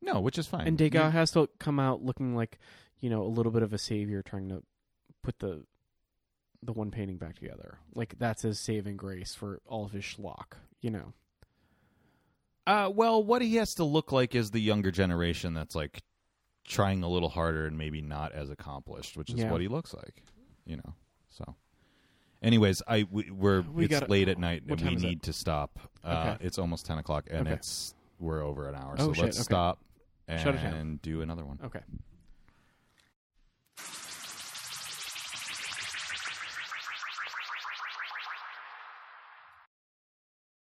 Speaker 1: No, which is fine.
Speaker 2: and Degas
Speaker 1: You-
Speaker 2: has to come out looking like, you know, a little bit of a savior, trying to put the the one painting back together. Like that's his saving grace for all of his schlock. You know.
Speaker 1: Uh, well, what he has to look like is the younger generation that's like trying a little harder and maybe not as accomplished, which is
Speaker 2: Yeah.
Speaker 1: what he looks like, you know. So, anyways, I we, we're
Speaker 2: We
Speaker 1: it's
Speaker 2: gotta-
Speaker 1: late at night and
Speaker 2: what time
Speaker 1: we
Speaker 2: is it?
Speaker 1: need to stop. Uh,
Speaker 2: Okay.
Speaker 1: It's almost ten o'clock and
Speaker 2: Okay.
Speaker 1: it's we're over an hour,
Speaker 2: Oh,
Speaker 1: so
Speaker 2: shit,
Speaker 1: let's
Speaker 2: okay.
Speaker 1: stop
Speaker 2: Shut it down.
Speaker 1: and do another one.
Speaker 2: Okay.